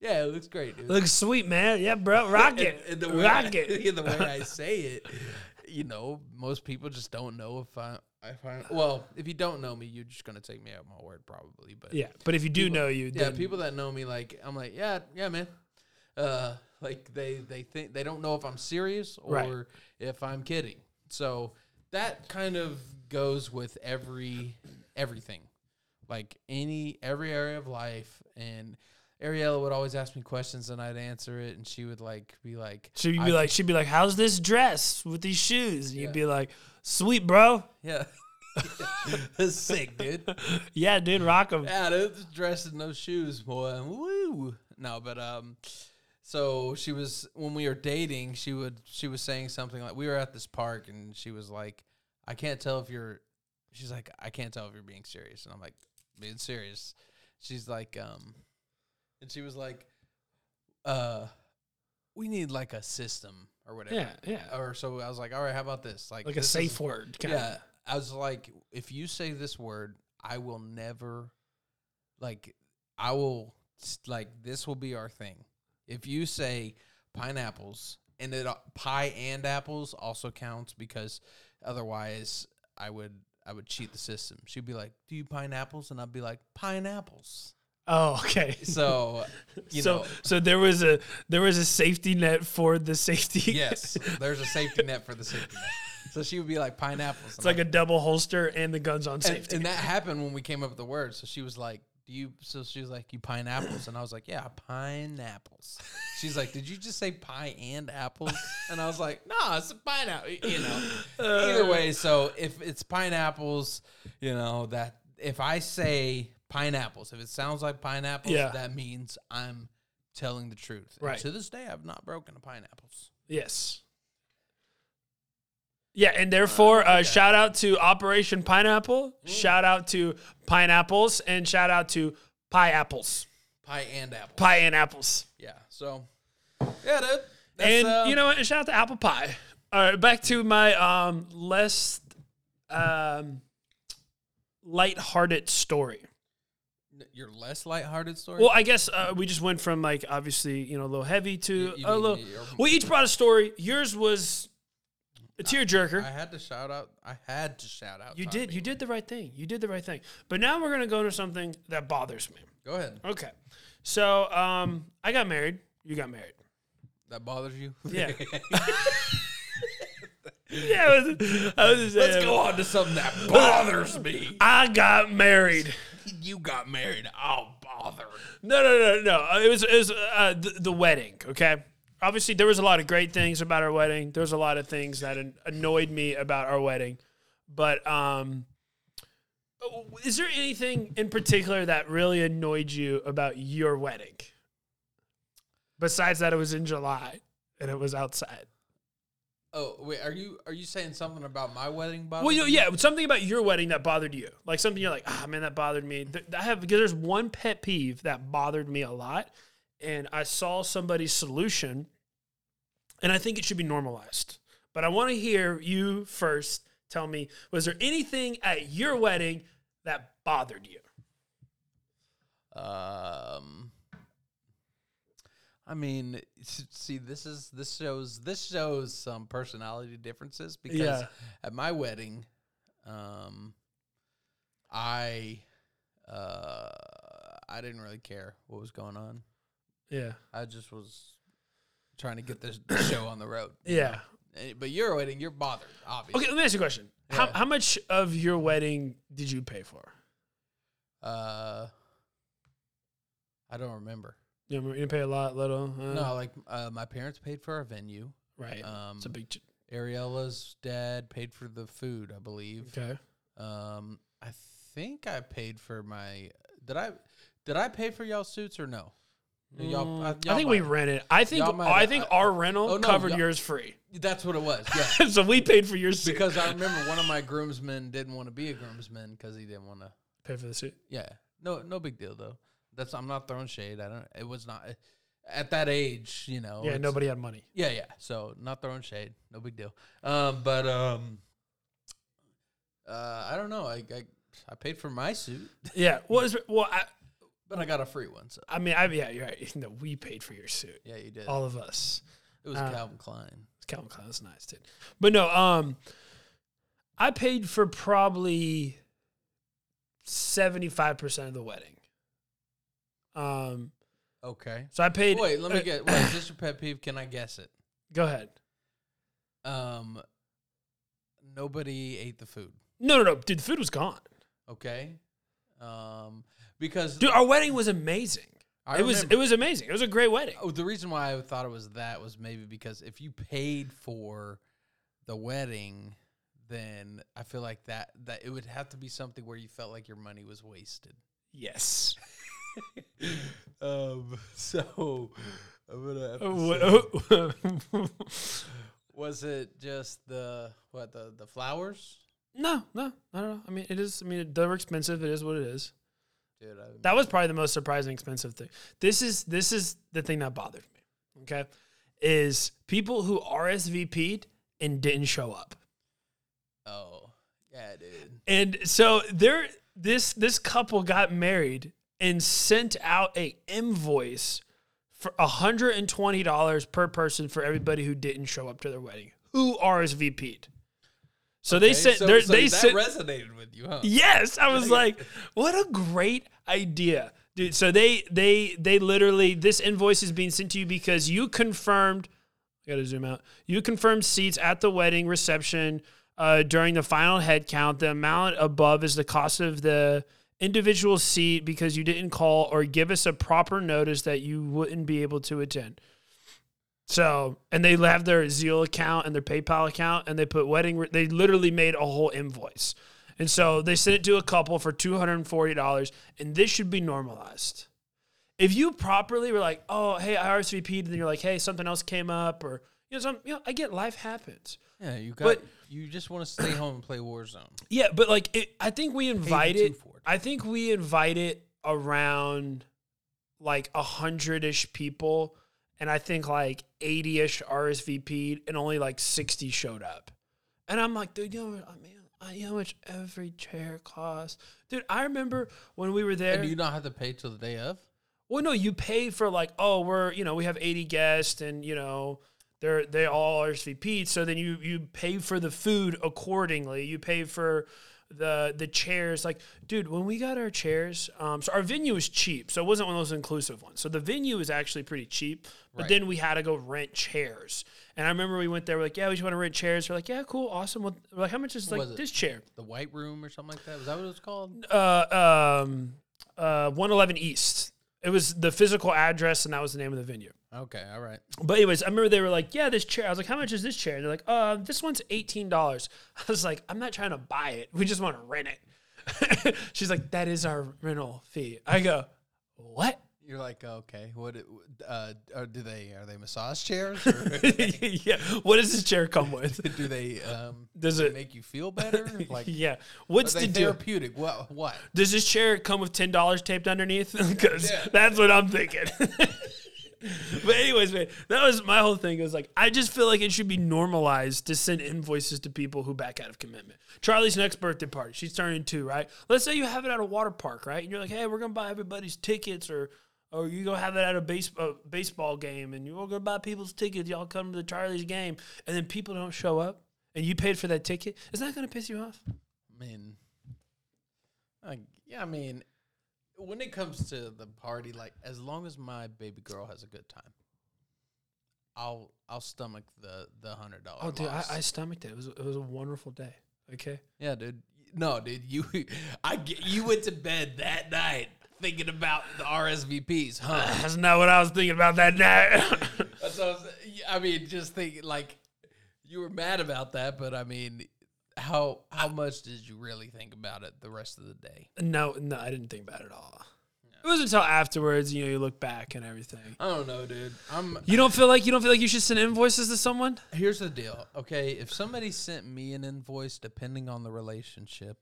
[SPEAKER 1] Yeah, it looks great, dude.
[SPEAKER 2] Looks sweet, man. Yeah, bro, rock it,
[SPEAKER 1] And- and the way I-
[SPEAKER 2] rock it.
[SPEAKER 1] yeah, the way I say it, you know, most people just don't know if I, if I, well, if you don't know me, you're just gonna take me at my word, probably. But
[SPEAKER 2] Yeah, but if you do know you,
[SPEAKER 1] yeah,
[SPEAKER 2] then
[SPEAKER 1] people that know me, like I'm like, yeah, yeah, man. Uh, like they they think they don't know if I'm serious or
[SPEAKER 2] Right.
[SPEAKER 1] if I'm kidding. So that kind of goes with every everything, like any every area of life. And Ariella would always ask me questions, and I'd answer it, and she would like be like,
[SPEAKER 2] she'd be
[SPEAKER 1] I-
[SPEAKER 2] like, she'd be like, "How's this dress with these shoes?" And
[SPEAKER 1] Yeah.
[SPEAKER 2] you'd be like, "Sweet, bro.
[SPEAKER 1] yeah, that's sick, dude.
[SPEAKER 2] Yeah, dude, rock 'em.
[SPEAKER 1] Yeah, dude, this dress and no shoes, boy. Woo. No, but um, so she was when we were dating. She would she was saying something like we were at this park, and she was like, "I can't tell if you're." She's like, "I can't tell if you're being serious," and I'm like, "Being serious." She's like, um, and she was like, "Uh, we need like a system or whatever."
[SPEAKER 2] Yeah, yeah.
[SPEAKER 1] Or so I was like, "All right, how about this?" Like
[SPEAKER 2] Like a
[SPEAKER 1] this is-
[SPEAKER 2] safe word, kind
[SPEAKER 1] yeah.
[SPEAKER 2] of.
[SPEAKER 1] I was like, if you say this word, I will never, like, I will, s- like, this will be our thing. If you say pineapples, and it uh, pie and apples also counts because otherwise I would I would cheat the system. She'd be like, "Do you pineapples?" And I'd be like, "Pineapples."
[SPEAKER 2] Oh, okay.
[SPEAKER 1] So you
[SPEAKER 2] so
[SPEAKER 1] know,
[SPEAKER 2] so there was a there was a safety net for the safety.
[SPEAKER 1] yes, there's a safety net for the safety net. So she would be like, "Pineapples."
[SPEAKER 2] It's like a double holster and the guns on
[SPEAKER 1] and,
[SPEAKER 2] safety.
[SPEAKER 1] and that happened when we came up with the word. So she was like, "Do you?" So she was like, "You pineapples?" And I was like, "Yeah, pineapples." She's like, "Did you just say pie and apples?" And I was like, "No, "Ah, it's a pineapple." You know.
[SPEAKER 2] Uh,
[SPEAKER 1] Either way, so if it's pineapples, you know that if I say pineapples, if it sounds like pineapples,
[SPEAKER 2] Yeah.
[SPEAKER 1] that means I'm telling the truth. And
[SPEAKER 2] Right.
[SPEAKER 1] to this day, I've not broken a pineapples.
[SPEAKER 2] Yes. Yeah, and therefore, uh, shout out to Operation Pineapple,
[SPEAKER 1] Mm.
[SPEAKER 2] shout out to Pineapples, and shout out to Pie Apples,
[SPEAKER 1] Pie and apple.
[SPEAKER 2] Pie and Apples,
[SPEAKER 1] Yeah. So. Yeah, dude. That's,
[SPEAKER 2] and
[SPEAKER 1] uh,
[SPEAKER 2] you know what? And shout out to Apple Pie. All right, back to my um less um lighthearted story.
[SPEAKER 1] your less lighthearted story.
[SPEAKER 2] Well, I guess uh, we just went from like obviously you know a little heavy to
[SPEAKER 1] you
[SPEAKER 2] a
[SPEAKER 1] mean
[SPEAKER 2] little.
[SPEAKER 1] your-
[SPEAKER 2] We each brought a story. Yours was a tearjerker.
[SPEAKER 1] I had to shout out. I had to shout out.
[SPEAKER 2] You
[SPEAKER 1] Tom
[SPEAKER 2] did. You
[SPEAKER 1] Beatty.
[SPEAKER 2] did the right thing. You did the right thing. But now we're gonna go into something that bothers me.
[SPEAKER 1] Go ahead.
[SPEAKER 2] Okay. So um, I got married. You got married.
[SPEAKER 1] That bothers you?
[SPEAKER 2] Yeah. yeah. I was, I was just saying,
[SPEAKER 1] Let's go on to something that bothers me.
[SPEAKER 2] I got married.
[SPEAKER 1] You got married. Oh, bother.
[SPEAKER 2] No, no, no, no. Uh, It was it was uh, the, the wedding. Okay. Obviously, there was a lot of great things about our wedding. There was a lot of things that an- annoyed me about our wedding. But um, is there anything in particular that really annoyed you about your wedding? Besides that, it was in July and it was outside.
[SPEAKER 1] Oh wait, are you are you saying something about my wedding? Bothers
[SPEAKER 2] Well, you know,
[SPEAKER 1] you?
[SPEAKER 2] yeah, something about your wedding that bothered you, like something you're like, ah, man, that bothered me. Th- I have because there's one pet peeve that bothered me a lot, and I saw somebody's solution, and I think it should be normalized. But I want to hear you first. Tell me, was there anything at your wedding that bothered you?
[SPEAKER 1] Um. I mean, s- see, this is this shows this shows some personality differences because
[SPEAKER 2] Yeah.
[SPEAKER 1] at my wedding, um, I, uh, I didn't really care what was going on.
[SPEAKER 2] Yeah,
[SPEAKER 1] I just was trying to get this the show on the road.
[SPEAKER 2] yeah.
[SPEAKER 1] Eh, But you're waiting. You're bothered, obviously.
[SPEAKER 2] Okay, let me ask you a question. How
[SPEAKER 1] Yeah.
[SPEAKER 2] how much of your wedding did you pay for?
[SPEAKER 1] Uh, I don't remember.
[SPEAKER 2] You, remember, you didn't pay a lot, little. uh,
[SPEAKER 1] No, like uh, my parents paid for our venue.
[SPEAKER 2] right.
[SPEAKER 1] Um,
[SPEAKER 2] it's a big. Ch-
[SPEAKER 1] Ariella's dad paid for the food, I believe.
[SPEAKER 2] okay.
[SPEAKER 1] Um, I think I paid for my. Did I? Did I pay for y'all suits or no? No, Y'all,
[SPEAKER 2] Mm, I,
[SPEAKER 1] y'all
[SPEAKER 2] think we
[SPEAKER 1] might-
[SPEAKER 2] rented. I think
[SPEAKER 1] y'all might-
[SPEAKER 2] I think
[SPEAKER 1] I-
[SPEAKER 2] our rental
[SPEAKER 1] Oh, no,
[SPEAKER 2] covered
[SPEAKER 1] y'all-
[SPEAKER 2] yours free,
[SPEAKER 1] That's what it was. Yeah.
[SPEAKER 2] so we paid for yours suit.
[SPEAKER 1] Because I remember one of my groomsmen didn't want to be a groomsman because he didn't want to.
[SPEAKER 2] pay for the suit.
[SPEAKER 1] Yeah. No, no big deal though. That's I'm not throwing shade. I don't. It was not at that age, you know.
[SPEAKER 2] yeah,
[SPEAKER 1] Oh, it's-
[SPEAKER 2] nobody had money.
[SPEAKER 1] Yeah, yeah. So not throwing shade. No big deal. Um, but um, uh, I don't know. I I, I paid for my suit,
[SPEAKER 2] Yeah, well, it's, well, I,
[SPEAKER 1] but I got a free one. So
[SPEAKER 2] I mean, I, yeah, you're right. No, we paid for your suit,
[SPEAKER 1] yeah, you did.
[SPEAKER 2] all of us.
[SPEAKER 1] it was
[SPEAKER 2] Oh, uh,
[SPEAKER 1] Calvin Klein.
[SPEAKER 2] It's Calvin Klein, that's nice, dude. But no, um, I paid for probably seventy five percent of the wedding. Um,
[SPEAKER 1] Okay.
[SPEAKER 2] so I paid.
[SPEAKER 1] Wait, let me
[SPEAKER 2] uh,
[SPEAKER 1] get. Wait, is this your pet peeve? Can I guess it?
[SPEAKER 2] Go ahead.
[SPEAKER 1] Um, nobody ate the food.
[SPEAKER 2] No, no, no, dude. The food was gone,
[SPEAKER 1] Okay. Um, because
[SPEAKER 2] dude. Our wedding was amazing.
[SPEAKER 1] I
[SPEAKER 2] it was
[SPEAKER 1] remember-
[SPEAKER 2] it was amazing. It was a great wedding.
[SPEAKER 1] Oh, the reason why I thought it was that was maybe because if you paid for the wedding, then I feel like that that it would have to be something where you felt like your money was wasted.
[SPEAKER 2] Yes.
[SPEAKER 1] Um, so I'm gonna have to say- was it just the what the the flowers?
[SPEAKER 2] no, no, I don't know. I mean, it is. I mean, they're expensive. It is what it is.
[SPEAKER 1] Dude, I,
[SPEAKER 2] That was probably the most surprising expensive thing. This is this is the thing that bothered me. Okay, is people who RSVP'd and didn't show up.
[SPEAKER 1] oh Yeah, dude.
[SPEAKER 2] And so there this this couple got married and sent out a invoice for $120 per person for everybody who didn't show up to their wedding. Who RSVP'd? So they
[SPEAKER 1] Okay,
[SPEAKER 2] sent
[SPEAKER 1] so-
[SPEAKER 2] they're
[SPEAKER 1] so
[SPEAKER 2] they
[SPEAKER 1] that
[SPEAKER 2] sent
[SPEAKER 1] resonated with you, huh?
[SPEAKER 2] Yes, I was like, what a great idea. Dude, so they they they literally this invoice is being sent to you because you confirmed I gotta zoom out. You confirmed seats at the wedding reception uh, during the final head count. The amount above is the cost of the individual seat because you didn't call or give us a proper notice that you wouldn't be able to attend. So, and they have their Zeal account and their PayPal account, and they put wedding. They literally made a whole invoice, and so they sent it to a couple for two hundred and forty dollars, and this should be normalized. If you properly were like, "Oh, hey, I RSVP'd," and then you're like, "Hey, something else came up," or you know, some, you know, I get life happens.
[SPEAKER 1] Yeah, you got.
[SPEAKER 2] But-
[SPEAKER 1] you just want to stay home and play Warzone.
[SPEAKER 2] Yeah, but like it, I think we invite
[SPEAKER 1] two
[SPEAKER 2] it.
[SPEAKER 1] for it.
[SPEAKER 2] I think we invite it around like a hundred ish people, and I think like eighty ish RSVP'd, and only like sixty showed up. And I'm like, dude, you know, what, I mean, I- you know how much every chair costs, dude. I remember when we were there.
[SPEAKER 1] And do you not have to pay till the day of?
[SPEAKER 2] Well, no, you pay for like, oh, we're you know we have eighty guests, and you know they're they all RSVP. So then you you pay for the food accordingly. You pay for the the chairs. Like, dude, when we got our chairs, um, so our venue was cheap, so it wasn't one of those inclusive ones. So the venue was actually pretty cheap, but
[SPEAKER 1] Right.
[SPEAKER 2] then we had to go rent chairs. And I remember we went there, we're like, yeah, we just want to rent chairs. We're like, yeah, cool, awesome. Well, we're like, how much is like
[SPEAKER 1] was it?
[SPEAKER 2] this chair?
[SPEAKER 1] The White Room or something like that? Was that what it was called?
[SPEAKER 2] Uh, um, uh, one eleven East. It was the physical address, and that was the name of the venue.
[SPEAKER 1] Okay, all right.
[SPEAKER 2] But anyways, I remember they were like, "Yeah, this chair." I was like, "How much is this chair?" And they're like, "Uh, this one's eighteen dollars." I was like, "I'm not trying to buy it. We just want to rent it." She's like, "That is our rental fee." I go, "What?"
[SPEAKER 1] You're like, okay, what? it- Uh, are, do they are they massage chairs? Or
[SPEAKER 2] yeah. What does this chair come with?
[SPEAKER 1] do they um,
[SPEAKER 2] Does it?
[SPEAKER 1] make you feel better? Like,
[SPEAKER 2] Yeah.
[SPEAKER 1] are
[SPEAKER 2] What's
[SPEAKER 1] they
[SPEAKER 2] the deal?
[SPEAKER 1] therapeutic? What? What?
[SPEAKER 2] Does this chair come with ten dollars taped underneath? Because that's what I'm thinking. but anyways, man, that was my whole thing. It was like I just feel like it should be normalized to send invoices to people who back out of commitment. Charlie's next birthday party, she's turning two, right? Let's say you have it at a water park, right? And you're like, hey, we're gonna buy everybody's tickets, or or you go have it at a base, uh, baseball game, and you're gonna buy people's tickets. Y'all come to the Charlie's game, and then people don't show up, and you paid for that ticket. Is that gonna piss you off?
[SPEAKER 1] I mean, I, yeah, I mean, when it comes to the party, like as long as my baby girl has a good time, I'll I'll stomach the the hundred dollar.
[SPEAKER 2] Oh, dude, I, I stomached it. It was it was a wonderful day. Okay.
[SPEAKER 1] yeah, dude. No, dude, you I get, you went to bed that night thinking about the RSVPs, huh?
[SPEAKER 2] That's not what I was thinking about that night.
[SPEAKER 1] That's what I, was, I mean, just think like you were mad about that, but I mean, how how much did you really think about it the rest of the day?
[SPEAKER 2] no, no, I didn't think about it at all. It wasn't until afterwards, you know, you look back and everything.
[SPEAKER 1] I don't know, dude. I'm
[SPEAKER 2] You don't feel like you don't feel like you should send invoices to someone?
[SPEAKER 1] here's the deal, okay? If somebody sent me an invoice, depending on the relationship,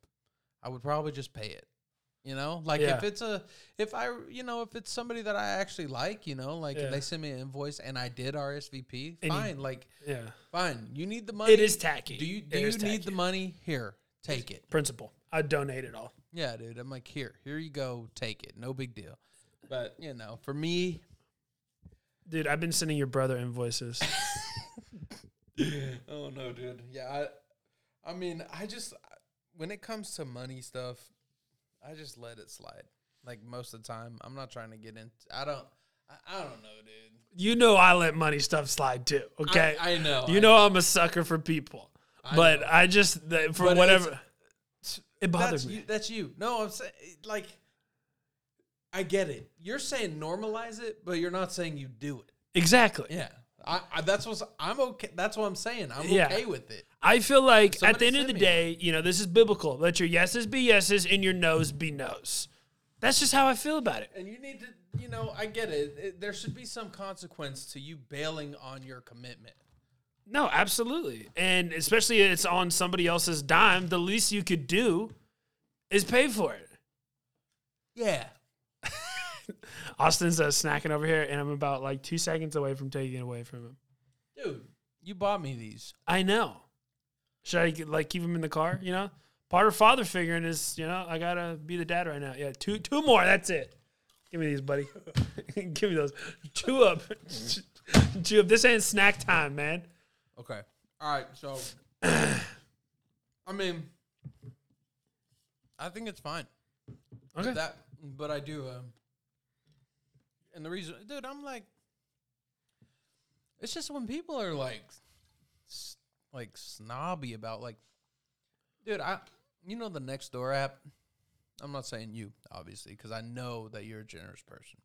[SPEAKER 1] I would probably just pay it. You know, like
[SPEAKER 2] Yeah.
[SPEAKER 1] if it's a if I you know if it's somebody that I actually like, you know, like
[SPEAKER 2] Yeah.
[SPEAKER 1] if they send me an invoice and I did RSVP,
[SPEAKER 2] And you-
[SPEAKER 1] fine, like
[SPEAKER 2] Yeah.
[SPEAKER 1] fine. You need the money.
[SPEAKER 2] It is tacky.
[SPEAKER 1] Do you do
[SPEAKER 2] It
[SPEAKER 1] you
[SPEAKER 2] is
[SPEAKER 1] need the
[SPEAKER 2] tacky.
[SPEAKER 1] money? Here, take it.
[SPEAKER 2] principle? I donate it all.
[SPEAKER 1] Yeah, dude. I'm like, here, here you go, take it. No big deal. But you know, for me,
[SPEAKER 2] Dude, I've been sending your brother invoices.
[SPEAKER 1] oh no, dude. Yeah, I, I mean, I just when it comes to money stuff, I just let it slide. Like most of the time, I'm not trying to get in. I don't. I, I don't know, dude.
[SPEAKER 2] you know I let money stuff slide too, okay?
[SPEAKER 1] I, I know.
[SPEAKER 2] you know I'm a sucker for people. but
[SPEAKER 1] know.
[SPEAKER 2] I just th- for
[SPEAKER 1] But it's-
[SPEAKER 2] whatever it bothers
[SPEAKER 1] that's
[SPEAKER 2] me.
[SPEAKER 1] you. That's you. No, I'm saying like, I get it. You're saying normalize it, but you're not saying you do it.
[SPEAKER 2] Exactly.
[SPEAKER 1] Yeah, I, I that's what I'm okay. That's what I'm saying. I'm
[SPEAKER 2] Yeah.
[SPEAKER 1] okay with it.
[SPEAKER 2] I feel like at
[SPEAKER 1] Somebody
[SPEAKER 2] the end of
[SPEAKER 1] send
[SPEAKER 2] the
[SPEAKER 1] me
[SPEAKER 2] day, you know, this is biblical. Let your yeses be yeses and your noes be noes. That's just how I feel about it.
[SPEAKER 1] And you need to, you know, I get it. It- There should be some consequence to you bailing on your commitment.
[SPEAKER 2] No, absolutely. And especially if it's on somebody else's dime, the least you could do is pay for it.
[SPEAKER 1] Yeah.
[SPEAKER 2] Austin's uh, snacking over here, and I'm about like two seconds away from taking it away from him.
[SPEAKER 1] Dude, you bought me these.
[SPEAKER 2] I know. Should I like keep him in the car? You know, part of father figuring is, you know, I gotta be the dad right now. Yeah, two two more. That's it. Give me these, buddy. Give me those. Chew up. Chew up. This ain't snack time, man.
[SPEAKER 1] Okay. All right. So, I mean, I think it's fine.
[SPEAKER 2] Okay.
[SPEAKER 1] That, but I do. Um, and the reason, dude, I'm like, it's just when people are like, s- like snobby about like, dude, I, you know, the next door app. I'm not saying you, obviously, because I know that you're a generous person.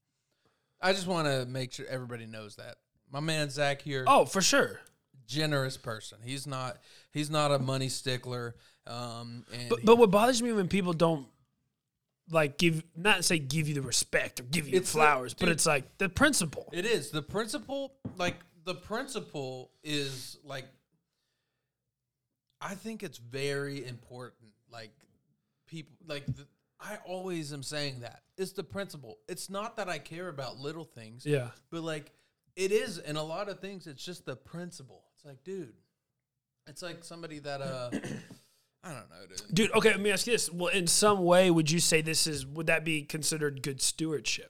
[SPEAKER 1] I just want to make sure everybody knows that. My man Zach here
[SPEAKER 2] Oh, for sure.
[SPEAKER 1] generous person. He's not he's not a money stickler. Um, and
[SPEAKER 2] But, but what bothers me when people don't like give not say give you the respect or give you
[SPEAKER 1] It's the-
[SPEAKER 2] flowers, but
[SPEAKER 1] dude.
[SPEAKER 2] it's like the principle.
[SPEAKER 1] it is the principle. Like the principle is like I think it's very important. Like people like the, I always am saying that it's the principle. It's not that I care about little things.
[SPEAKER 2] yeah.
[SPEAKER 1] But like it is in a lot of things, it's just the principle. It's like, dude, it's like somebody that uh I don't know, dude.
[SPEAKER 2] Dude, okay, let me ask you this. Well, in some way, would you say this is, would that be considered good stewardship?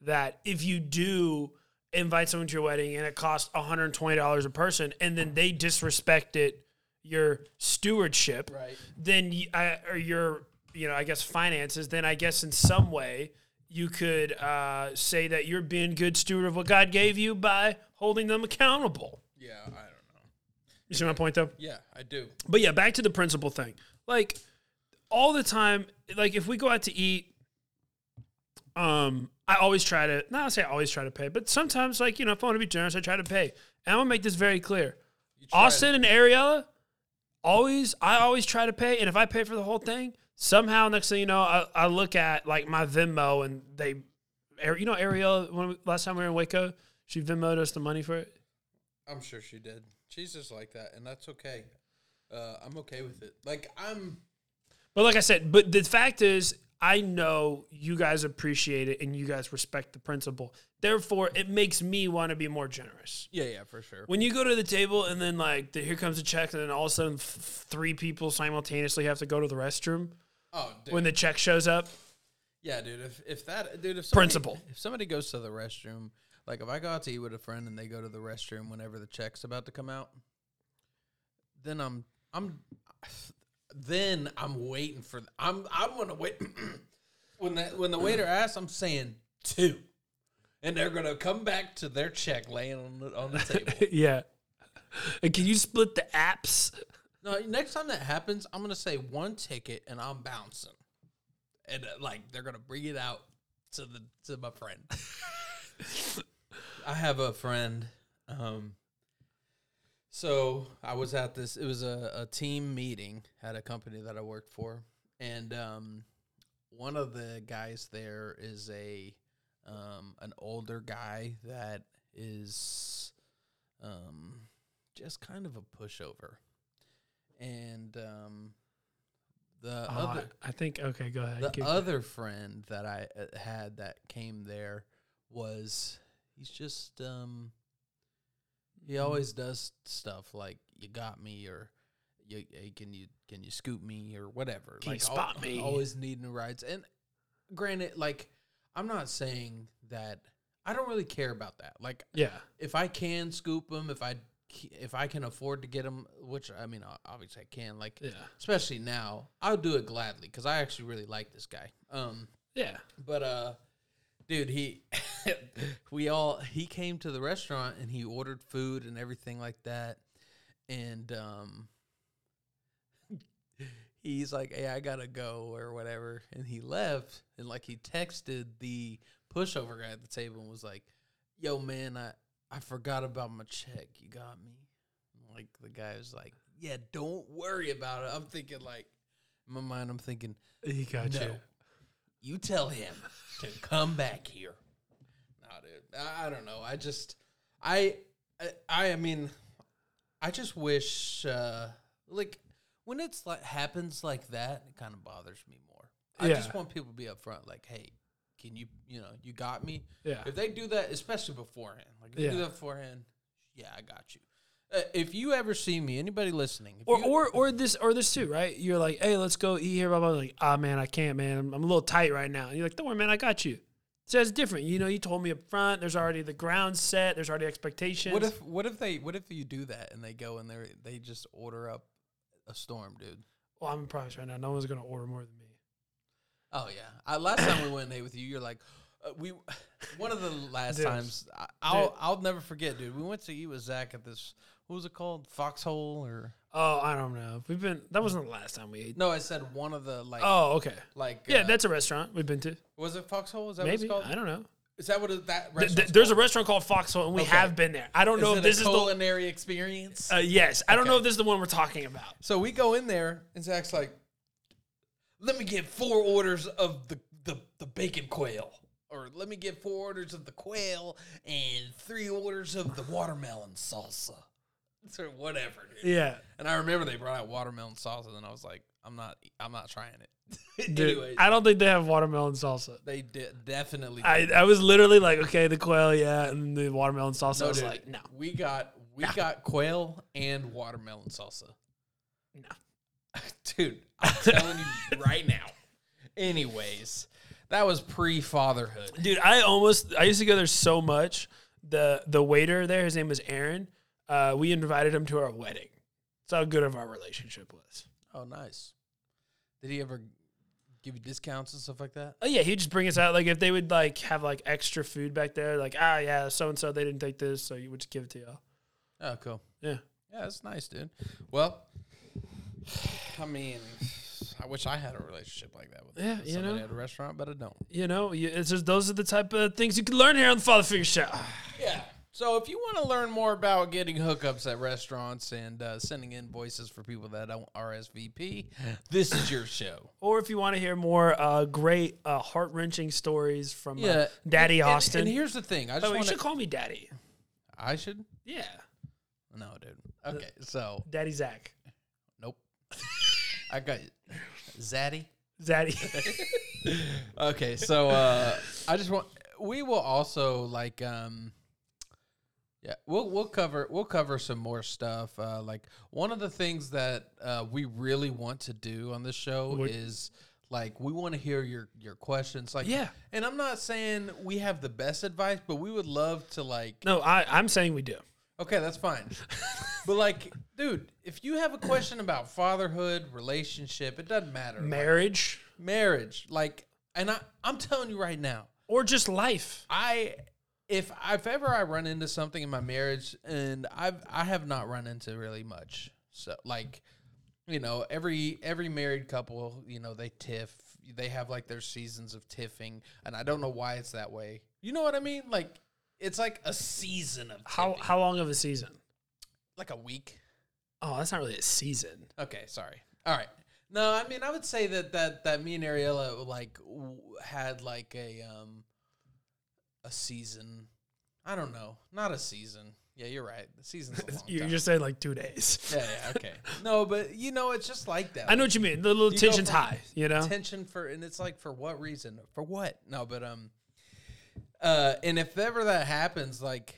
[SPEAKER 2] That if you do invite someone to your wedding and it costs $120 a person and then they disrespect it, your stewardship,
[SPEAKER 1] Right.
[SPEAKER 2] then, you, I, or your, you know, I guess finances, then I guess in some way you could uh, say that you're being good steward of what God gave you by holding them accountable.
[SPEAKER 1] Yeah, I don't know.
[SPEAKER 2] You see my point though?
[SPEAKER 1] Yeah, I do.
[SPEAKER 2] But yeah, back to the principal thing. Like all the time, like if we go out to eat, um, I always try to not I say I always try to pay, but sometimes like, you know, if I want to be generous, I try to pay. And I'm gonna make this very clear.
[SPEAKER 1] to-
[SPEAKER 2] Austin and Ariella, always I always try to pay, and if I pay for the whole thing, somehow next thing you know, I, I look at like my Venmo and they Ari- you know Ariella when we, last time we were in Waco, she Venmoed us the money for it.
[SPEAKER 1] I'm sure she did. She's just like that, and that's okay. Uh, I'm okay with it. Like I'm,
[SPEAKER 2] But like I said, but the fact is, I know you guys appreciate it and you guys respect the principle. Therefore, it makes me want to be more generous.
[SPEAKER 1] yeah, yeah, for sure.
[SPEAKER 2] When you go to the table and then like the, here comes a check, and then all of a sudden f- three people simultaneously have to go to the restroom
[SPEAKER 1] Oh, dude.
[SPEAKER 2] when the check shows up.
[SPEAKER 1] yeah, dude. If if that dude, if somebody,
[SPEAKER 2] Principle.
[SPEAKER 1] if somebody goes to the restroom, like if I go out to eat with a friend and they go to the restroom whenever the check's about to come out, then I'm I'm, then I'm waiting for I'm I'm gonna wait when the when the waiter asks, I'm saying two, and they're gonna come back to their check laying on the, on the table.
[SPEAKER 2] yeah. And can you split the apps?
[SPEAKER 1] No, next time that happens, I'm gonna say one ticket and I'm bouncing, and uh, like they're gonna bring it out to the to my friend. I have a friend. Um, so I was at this. It was a, a team meeting at a company that I worked for, and um, one of the guys there is a um, an older guy that is um, just kind of a pushover, and um, the other
[SPEAKER 2] Uh, I think okay, go ahead.
[SPEAKER 1] the other friend that I uh, had that came there was he's just um he
[SPEAKER 2] Mm.
[SPEAKER 1] always does stuff like you got me or you hey, can you can you scoop me or whatever
[SPEAKER 2] Can you
[SPEAKER 1] like
[SPEAKER 2] spot me?
[SPEAKER 1] always needing rides and granted like I'm not saying that I don't really care about that like
[SPEAKER 2] yeah.
[SPEAKER 1] if I can scoop them if I c- if I can afford to get them which I mean o- obviously I can like
[SPEAKER 2] Yeah.
[SPEAKER 1] especially now i'll do it gladly because i actually really like this guy um
[SPEAKER 2] Yeah.
[SPEAKER 1] but uh dude he we all he came to the restaurant and he ordered food and everything like that and um he's like hey i gotta go or whatever and he left and like he texted the pushover guy at the table and was like yo man i i forgot about my check you got me like the guy was like yeah don't worry about it i'm thinking like in my mind i'm thinking
[SPEAKER 2] He got
[SPEAKER 1] no. You tell him to come back here. Nah, dude. I, I don't know. I just, I, I, I mean, I just wish, uh, like, when it's like happens like that, it kind of bothers me more. I just
[SPEAKER 2] Yeah.
[SPEAKER 1] want people to be upfront, like, hey, can you, you know, you got me.
[SPEAKER 2] Yeah.
[SPEAKER 1] If they do that, especially beforehand, like if you do
[SPEAKER 2] Yeah.
[SPEAKER 1] that beforehand, yeah, I got you. Uh, if you ever see me, anybody listening, if
[SPEAKER 2] Or,
[SPEAKER 1] you-
[SPEAKER 2] or or this or this too, right? You're like, hey, let's go eat here, blah blah. blah. Like, ah, man, I can't, man. I'm, I'm a little tight right now. And you're like, don't worry, man, I got you. So that's different. You know, you told me up front. There's already the ground set. There's already expectations.
[SPEAKER 1] what if what if they what if you do that and they go and they they just order up a storm, dude?
[SPEAKER 2] Well, I'm impressed right now. No one's gonna order more than me.
[SPEAKER 1] Oh yeah. I, last time we went on a date with you, you're like, uh, we. One of the last
[SPEAKER 2] Dude.
[SPEAKER 1] times I, I'll
[SPEAKER 2] Dude.
[SPEAKER 1] I'll never forget, dude. We went to eat with Zach at this. What was it called? Foxhole or
[SPEAKER 2] Oh, I don't know. We've been. That wasn't the last time we ate.
[SPEAKER 1] no? I said one of the like
[SPEAKER 2] Oh, okay.
[SPEAKER 1] like
[SPEAKER 2] Yeah,
[SPEAKER 1] uh,
[SPEAKER 2] that's a restaurant we've been to.
[SPEAKER 1] was it Foxhole? Is that
[SPEAKER 2] Maybe
[SPEAKER 1] what it's called?
[SPEAKER 2] I don't know.
[SPEAKER 1] Is that what it, that
[SPEAKER 2] Th- th-
[SPEAKER 1] restaurant?
[SPEAKER 2] there's a restaurant called Foxhole, and we
[SPEAKER 1] Okay.
[SPEAKER 2] have been there. I don't know if
[SPEAKER 1] this
[SPEAKER 2] this is the.
[SPEAKER 1] culinary experience.
[SPEAKER 2] Uh, yes, I don't know if this is the one we're talking about.
[SPEAKER 1] So we go in there, and Zach's like, "Let me get four orders of the the, the bacon quail." Or let me get four orders of the quail and three orders of the watermelon salsa. Or whatever, dude.
[SPEAKER 2] Yeah.
[SPEAKER 1] And I remember they brought out watermelon salsa, and I was like, "I'm not, I'm not trying it."
[SPEAKER 2] Dude,
[SPEAKER 1] anyway,
[SPEAKER 2] I don't think they have watermelon salsa.
[SPEAKER 1] they de- definitely.
[SPEAKER 2] I, I was literally like, okay, the quail, yeah, and the watermelon salsa. I was
[SPEAKER 1] dude,
[SPEAKER 2] like, no,
[SPEAKER 1] we got we got quail and watermelon salsa,
[SPEAKER 2] no.
[SPEAKER 1] dude. I'm telling you right now. Anyways, that was pre fatherhood.
[SPEAKER 2] Dude, I almost I used to go there so much. The the waiter there, his name was Aaron. Uh, we invited him to our wedding. That's how good of our relationship was.
[SPEAKER 1] Oh, nice. Did he ever give you discounts and stuff like that?
[SPEAKER 2] Oh yeah, he'd just bring us out. Like if they would like have like extra food back there, like ah yeah, so and so they didn't take this, so you would just give it to y'all.
[SPEAKER 1] Oh, cool.
[SPEAKER 2] Yeah.
[SPEAKER 1] Yeah, that's nice, dude. Well, I mean, I wish I had a relationship like that with
[SPEAKER 2] Yeah,
[SPEAKER 1] with
[SPEAKER 2] you
[SPEAKER 1] somebody
[SPEAKER 2] know.
[SPEAKER 1] at a restaurant, but I don't.
[SPEAKER 2] You know, you, it's just those are the type of things you can learn here on the Father Figure Show.
[SPEAKER 1] Yeah. So if you want to learn more about getting hookups at restaurants and uh, sending invoices for people that don't RSVP, this is your show.
[SPEAKER 2] Or if you want to hear more uh, great, uh, heart wrenching stories from uh,
[SPEAKER 1] Yeah.
[SPEAKER 2] Daddy
[SPEAKER 1] And-
[SPEAKER 2] Austin.
[SPEAKER 1] And, here's the thing. I
[SPEAKER 2] Oh,
[SPEAKER 1] just
[SPEAKER 2] you
[SPEAKER 1] want
[SPEAKER 2] should
[SPEAKER 1] to.
[SPEAKER 2] call me Daddy.
[SPEAKER 1] I should.
[SPEAKER 2] Yeah,
[SPEAKER 1] No, dude. Okay. So
[SPEAKER 2] Daddy Zach.
[SPEAKER 1] nope. I got Zaddy.
[SPEAKER 2] Zaddy.
[SPEAKER 1] Okay. So uh, I just want. We will also like. um yeah, we'll we'll cover we'll cover some more stuff. Uh, like one of the things that uh, we really want to do on this show
[SPEAKER 2] What-
[SPEAKER 1] is like we want to hear your your questions. Like
[SPEAKER 2] Yeah.
[SPEAKER 1] and I'm not saying we have the best advice, but we would love to like.
[SPEAKER 2] no, I, I'm saying we do.
[SPEAKER 1] Okay, that's fine. but like, dude, if you have a question about fatherhood, relationship, it doesn't matter. Like,
[SPEAKER 2] Marriage
[SPEAKER 1] marriage, like, and I I'm telling you right now,
[SPEAKER 2] or just life.
[SPEAKER 1] I if if ever I run into something in my marriage, and I've I have not run into really much. So like, you know, every every married couple, you know, they tiff. They have like their seasons of tiffing, and I don't know why it's that way. You know what I mean? Like, it's like a season of
[SPEAKER 2] How
[SPEAKER 1] tiffing.
[SPEAKER 2] how long of a season?
[SPEAKER 1] like a week.
[SPEAKER 2] Oh, that's not really a season.
[SPEAKER 1] Okay, sorry. All right. No, I mean I would say that that that me and Ariella like w- had like a um a season. I don't know, not a season. Yeah, you're right. The season's a long
[SPEAKER 2] You're
[SPEAKER 1] time.
[SPEAKER 2] just saying like two days.
[SPEAKER 1] yeah, yeah, okay. No, but you know, it's just like that.
[SPEAKER 2] I know what you mean. The little
[SPEAKER 1] You go
[SPEAKER 2] tension's
[SPEAKER 1] from
[SPEAKER 2] high. You know.
[SPEAKER 1] tension for, and it's like for what reason? For what? No, but um, uh, and if ever that happens, like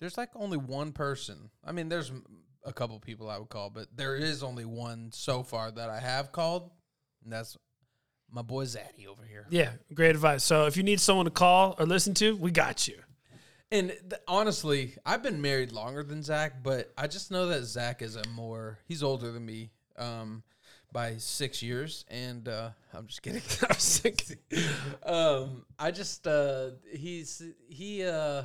[SPEAKER 1] there's like only one person. I mean, there's m- a couple people I would call, but there is only one so far that I have called, and that's my boy Zaddy over here.
[SPEAKER 2] yeah, great advice. So if you need someone to call or listen to, we got you.
[SPEAKER 1] And th- honestly, I've been married longer than Zach, but I just know that Zach is a more he's older than me um by 6 years and uh I'm just kidding. I'm just kidding. um I just uh he's he uh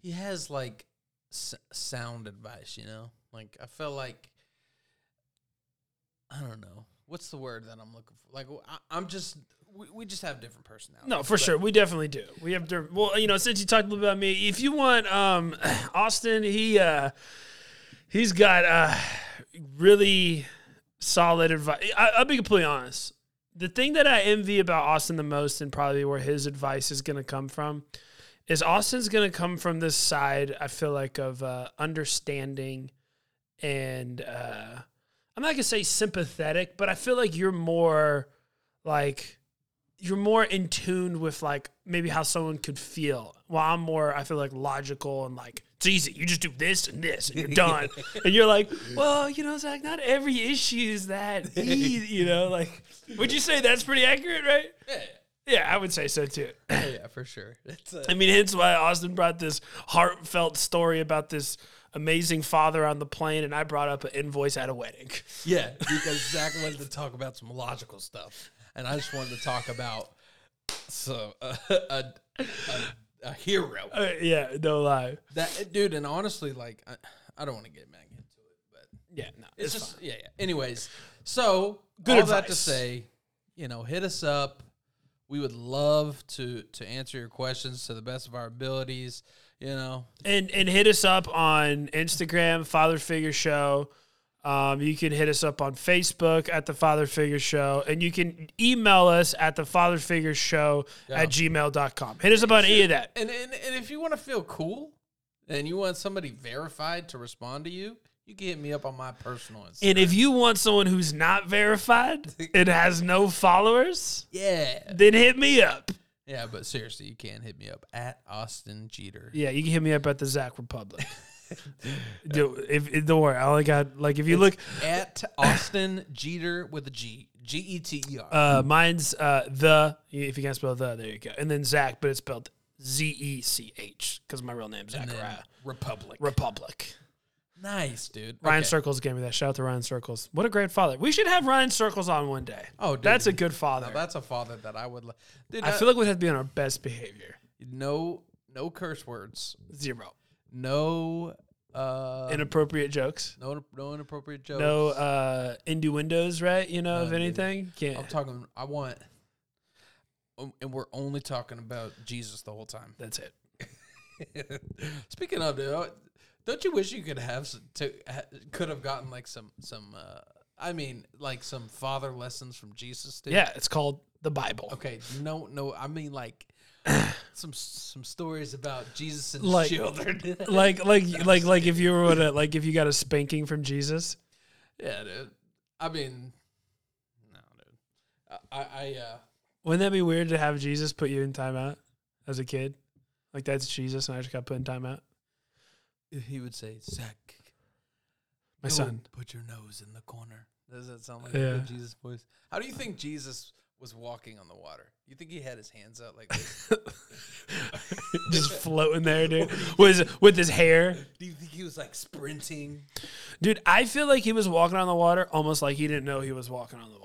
[SPEAKER 1] he has like s- sound advice, you know? Like I feel like I don't know. What's the word that I'm looking for? Like I, I'm just we, we just have different personalities.
[SPEAKER 2] No, for sure. We definitely do. We have to, well, you know, since you talked a little about me, if you want um Austin, he uh he's got uh really solid advice. I, I'll be completely honest. The thing that I envy about Austin the most and probably where his advice is going to come from is Austin's going to come from this side I feel like of uh understanding and uh I'm not going to say sympathetic, but I feel like you're more like you're more in tune with like maybe how someone could feel. While I'm more, I feel like logical and like It's easy. You just do this and this, and you're done. and you're like, well, you know, Zach, not every issue is that easy. You know, like, would you say that's pretty accurate, right?
[SPEAKER 1] Yeah,
[SPEAKER 2] Yeah, I would say so too.
[SPEAKER 1] yeah, yeah, for sure. It's uh
[SPEAKER 2] I mean, hence why Austin brought this heartfelt story about this amazing father on the plane, and I brought up an invoice at a wedding.
[SPEAKER 1] yeah, because Zach wanted to talk about some logical stuff, and I just wanted to talk about so uh, a, a a hero.
[SPEAKER 2] Uh, yeah, no lie.
[SPEAKER 1] That dude, and honestly, like I, I don't want to get back into it, but
[SPEAKER 2] Yeah, no,
[SPEAKER 1] it's, just yeah, yeah. Anyways, so
[SPEAKER 2] Good
[SPEAKER 1] all that to
[SPEAKER 2] advice.
[SPEAKER 1] say, you know, hit us up. We would love to to answer your questions to the best of our abilities. You know,
[SPEAKER 2] and and hit us up on Instagram, Father Figure Show. Um, you can hit us up on Facebook at the Father Figure Show, and you can email us at the Father Figure Show at gmail.com. Hit us up on any of that.
[SPEAKER 1] and and, and if you want to feel cool and you want somebody verified to respond to you, you can hit me up on my personal Instagram.
[SPEAKER 2] And if you want someone who's not verified and has no followers,
[SPEAKER 1] Yeah,
[SPEAKER 2] then hit me up.
[SPEAKER 1] yeah, but seriously, you can hit me up at Austin Jeter.
[SPEAKER 2] Yeah, you can hit me up at the Zach Republic. Dude, if, if- don't worry, I only got like if you look,
[SPEAKER 1] At Austin Jeter with a G. G E T E R.
[SPEAKER 2] uh, mine's uh, the if you can't spell the, there you go, and then Zach, but it's spelled Z E C H because my real name's
[SPEAKER 1] And then
[SPEAKER 2] Zachariah
[SPEAKER 1] Republic.
[SPEAKER 2] Republic.
[SPEAKER 1] nice, dude.
[SPEAKER 2] Ryan
[SPEAKER 1] Okay.
[SPEAKER 2] Circles gave me that. Shout out to Ryan Circles. What a great father. We should have Ryan Circles on one day.
[SPEAKER 1] Oh, dude.
[SPEAKER 2] that's a good father.
[SPEAKER 1] Now, that's a father that I would. Li- Dude,
[SPEAKER 2] I feel like we'd have to be on our best behavior.
[SPEAKER 1] no, no curse words,
[SPEAKER 2] Zero
[SPEAKER 1] no, uh,
[SPEAKER 2] inappropriate jokes.
[SPEAKER 1] no, no inappropriate jokes.
[SPEAKER 2] No uh, innuendos, right? You know, if anything, can't.
[SPEAKER 1] I'm talking. I want, um, and we're only talking about Jesus the whole time.
[SPEAKER 2] that's it.
[SPEAKER 1] Speaking of, dude, I- don't you wish you could have s- to ha, could have gotten like some some. Uh, I mean, like some father lessons from Jesus. Dude?
[SPEAKER 2] Yeah, it's called the Bible.
[SPEAKER 1] Okay. No. No. I mean, like. Some some stories about Jesus and his
[SPEAKER 2] Like-
[SPEAKER 1] children.
[SPEAKER 2] like like like like if you were to like if you got a spanking from Jesus.
[SPEAKER 1] Yeah, dude. I mean, no, dude. I, I, I uh,
[SPEAKER 2] Wouldn't that be weird to have Jesus put you in timeout as a kid? Like that's Jesus and I just got put in timeout.
[SPEAKER 1] he would say, Zach,
[SPEAKER 2] My
[SPEAKER 1] go
[SPEAKER 2] son.
[SPEAKER 1] put your nose in the corner. Does that sound like a
[SPEAKER 2] Yeah.
[SPEAKER 1] good Jesus voice? How do you think Jesus was walking on the water? You think he had his hands out like this?
[SPEAKER 2] Just floating there, dude. Was with his hair.
[SPEAKER 1] do you think he was like sprinting?
[SPEAKER 2] Dude, I feel like he was walking on the water almost like he didn't know he was walking on the water.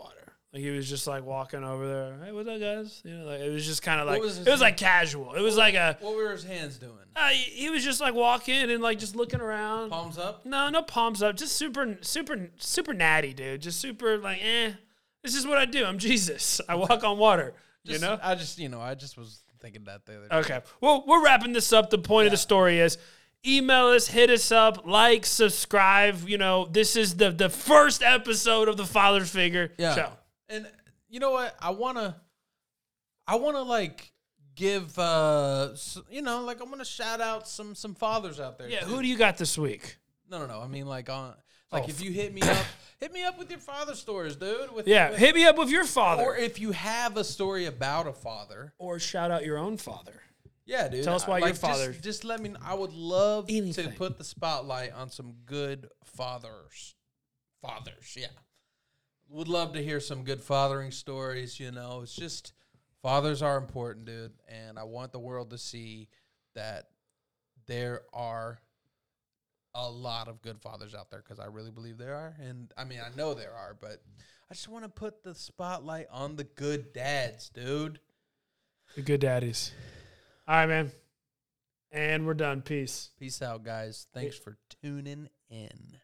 [SPEAKER 2] Like he was just like walking over there. Hey, what's up, guys? You know, like it was just kind of like
[SPEAKER 1] was his
[SPEAKER 2] it was like casual. It was like a
[SPEAKER 1] What were his hands doing?
[SPEAKER 2] uh, he was just like walking and like just looking around.
[SPEAKER 1] Palms up?
[SPEAKER 2] No, no palms up. Just super, super, super natty, dude. Just super, like, eh. This is what I do. I'm Jesus. I walk on water.
[SPEAKER 1] Just-
[SPEAKER 2] you know.
[SPEAKER 1] I just, you know, I just was thinking that the other day.
[SPEAKER 2] Okay. Well, we're wrapping this up. The point of the story is email us, hit us up, like, subscribe. You know, this is the the first episode of the Father Figure
[SPEAKER 1] Yeah.
[SPEAKER 2] show.
[SPEAKER 1] And you know what? I wanna, I wanna like give, uh s- you know, like I'm gonna shout out some some fathers out there.
[SPEAKER 2] Yeah.
[SPEAKER 1] too.
[SPEAKER 2] Who do you got this week?
[SPEAKER 1] No, no, no. I mean, like on, like
[SPEAKER 2] Oh,
[SPEAKER 1] if you hit me up, hit me up with your father stories, dude. With
[SPEAKER 2] Yeah.
[SPEAKER 1] with-
[SPEAKER 2] Hit me up with your
[SPEAKER 1] or
[SPEAKER 2] father,
[SPEAKER 1] if you have a story about a father,
[SPEAKER 2] or shout out your own father.
[SPEAKER 1] yeah, dude.
[SPEAKER 2] Tell us
[SPEAKER 1] I-
[SPEAKER 2] why your
[SPEAKER 1] like, just-
[SPEAKER 2] father-
[SPEAKER 1] Just, let me. I would love to
[SPEAKER 2] Anything.
[SPEAKER 1] put the spotlight on some good fathers. Fathers, yeah. Would love to hear some good fathering stories. You know, it's just fathers are important, dude, and I want the world to see that there are a lot of good fathers out there because I really believe there are. And I mean, I know there are, but I just want to put the spotlight on the good dads, dude.
[SPEAKER 2] The good daddies. All right, man. And we're done. Peace.
[SPEAKER 1] Peace out, guys. Thanks for tuning in.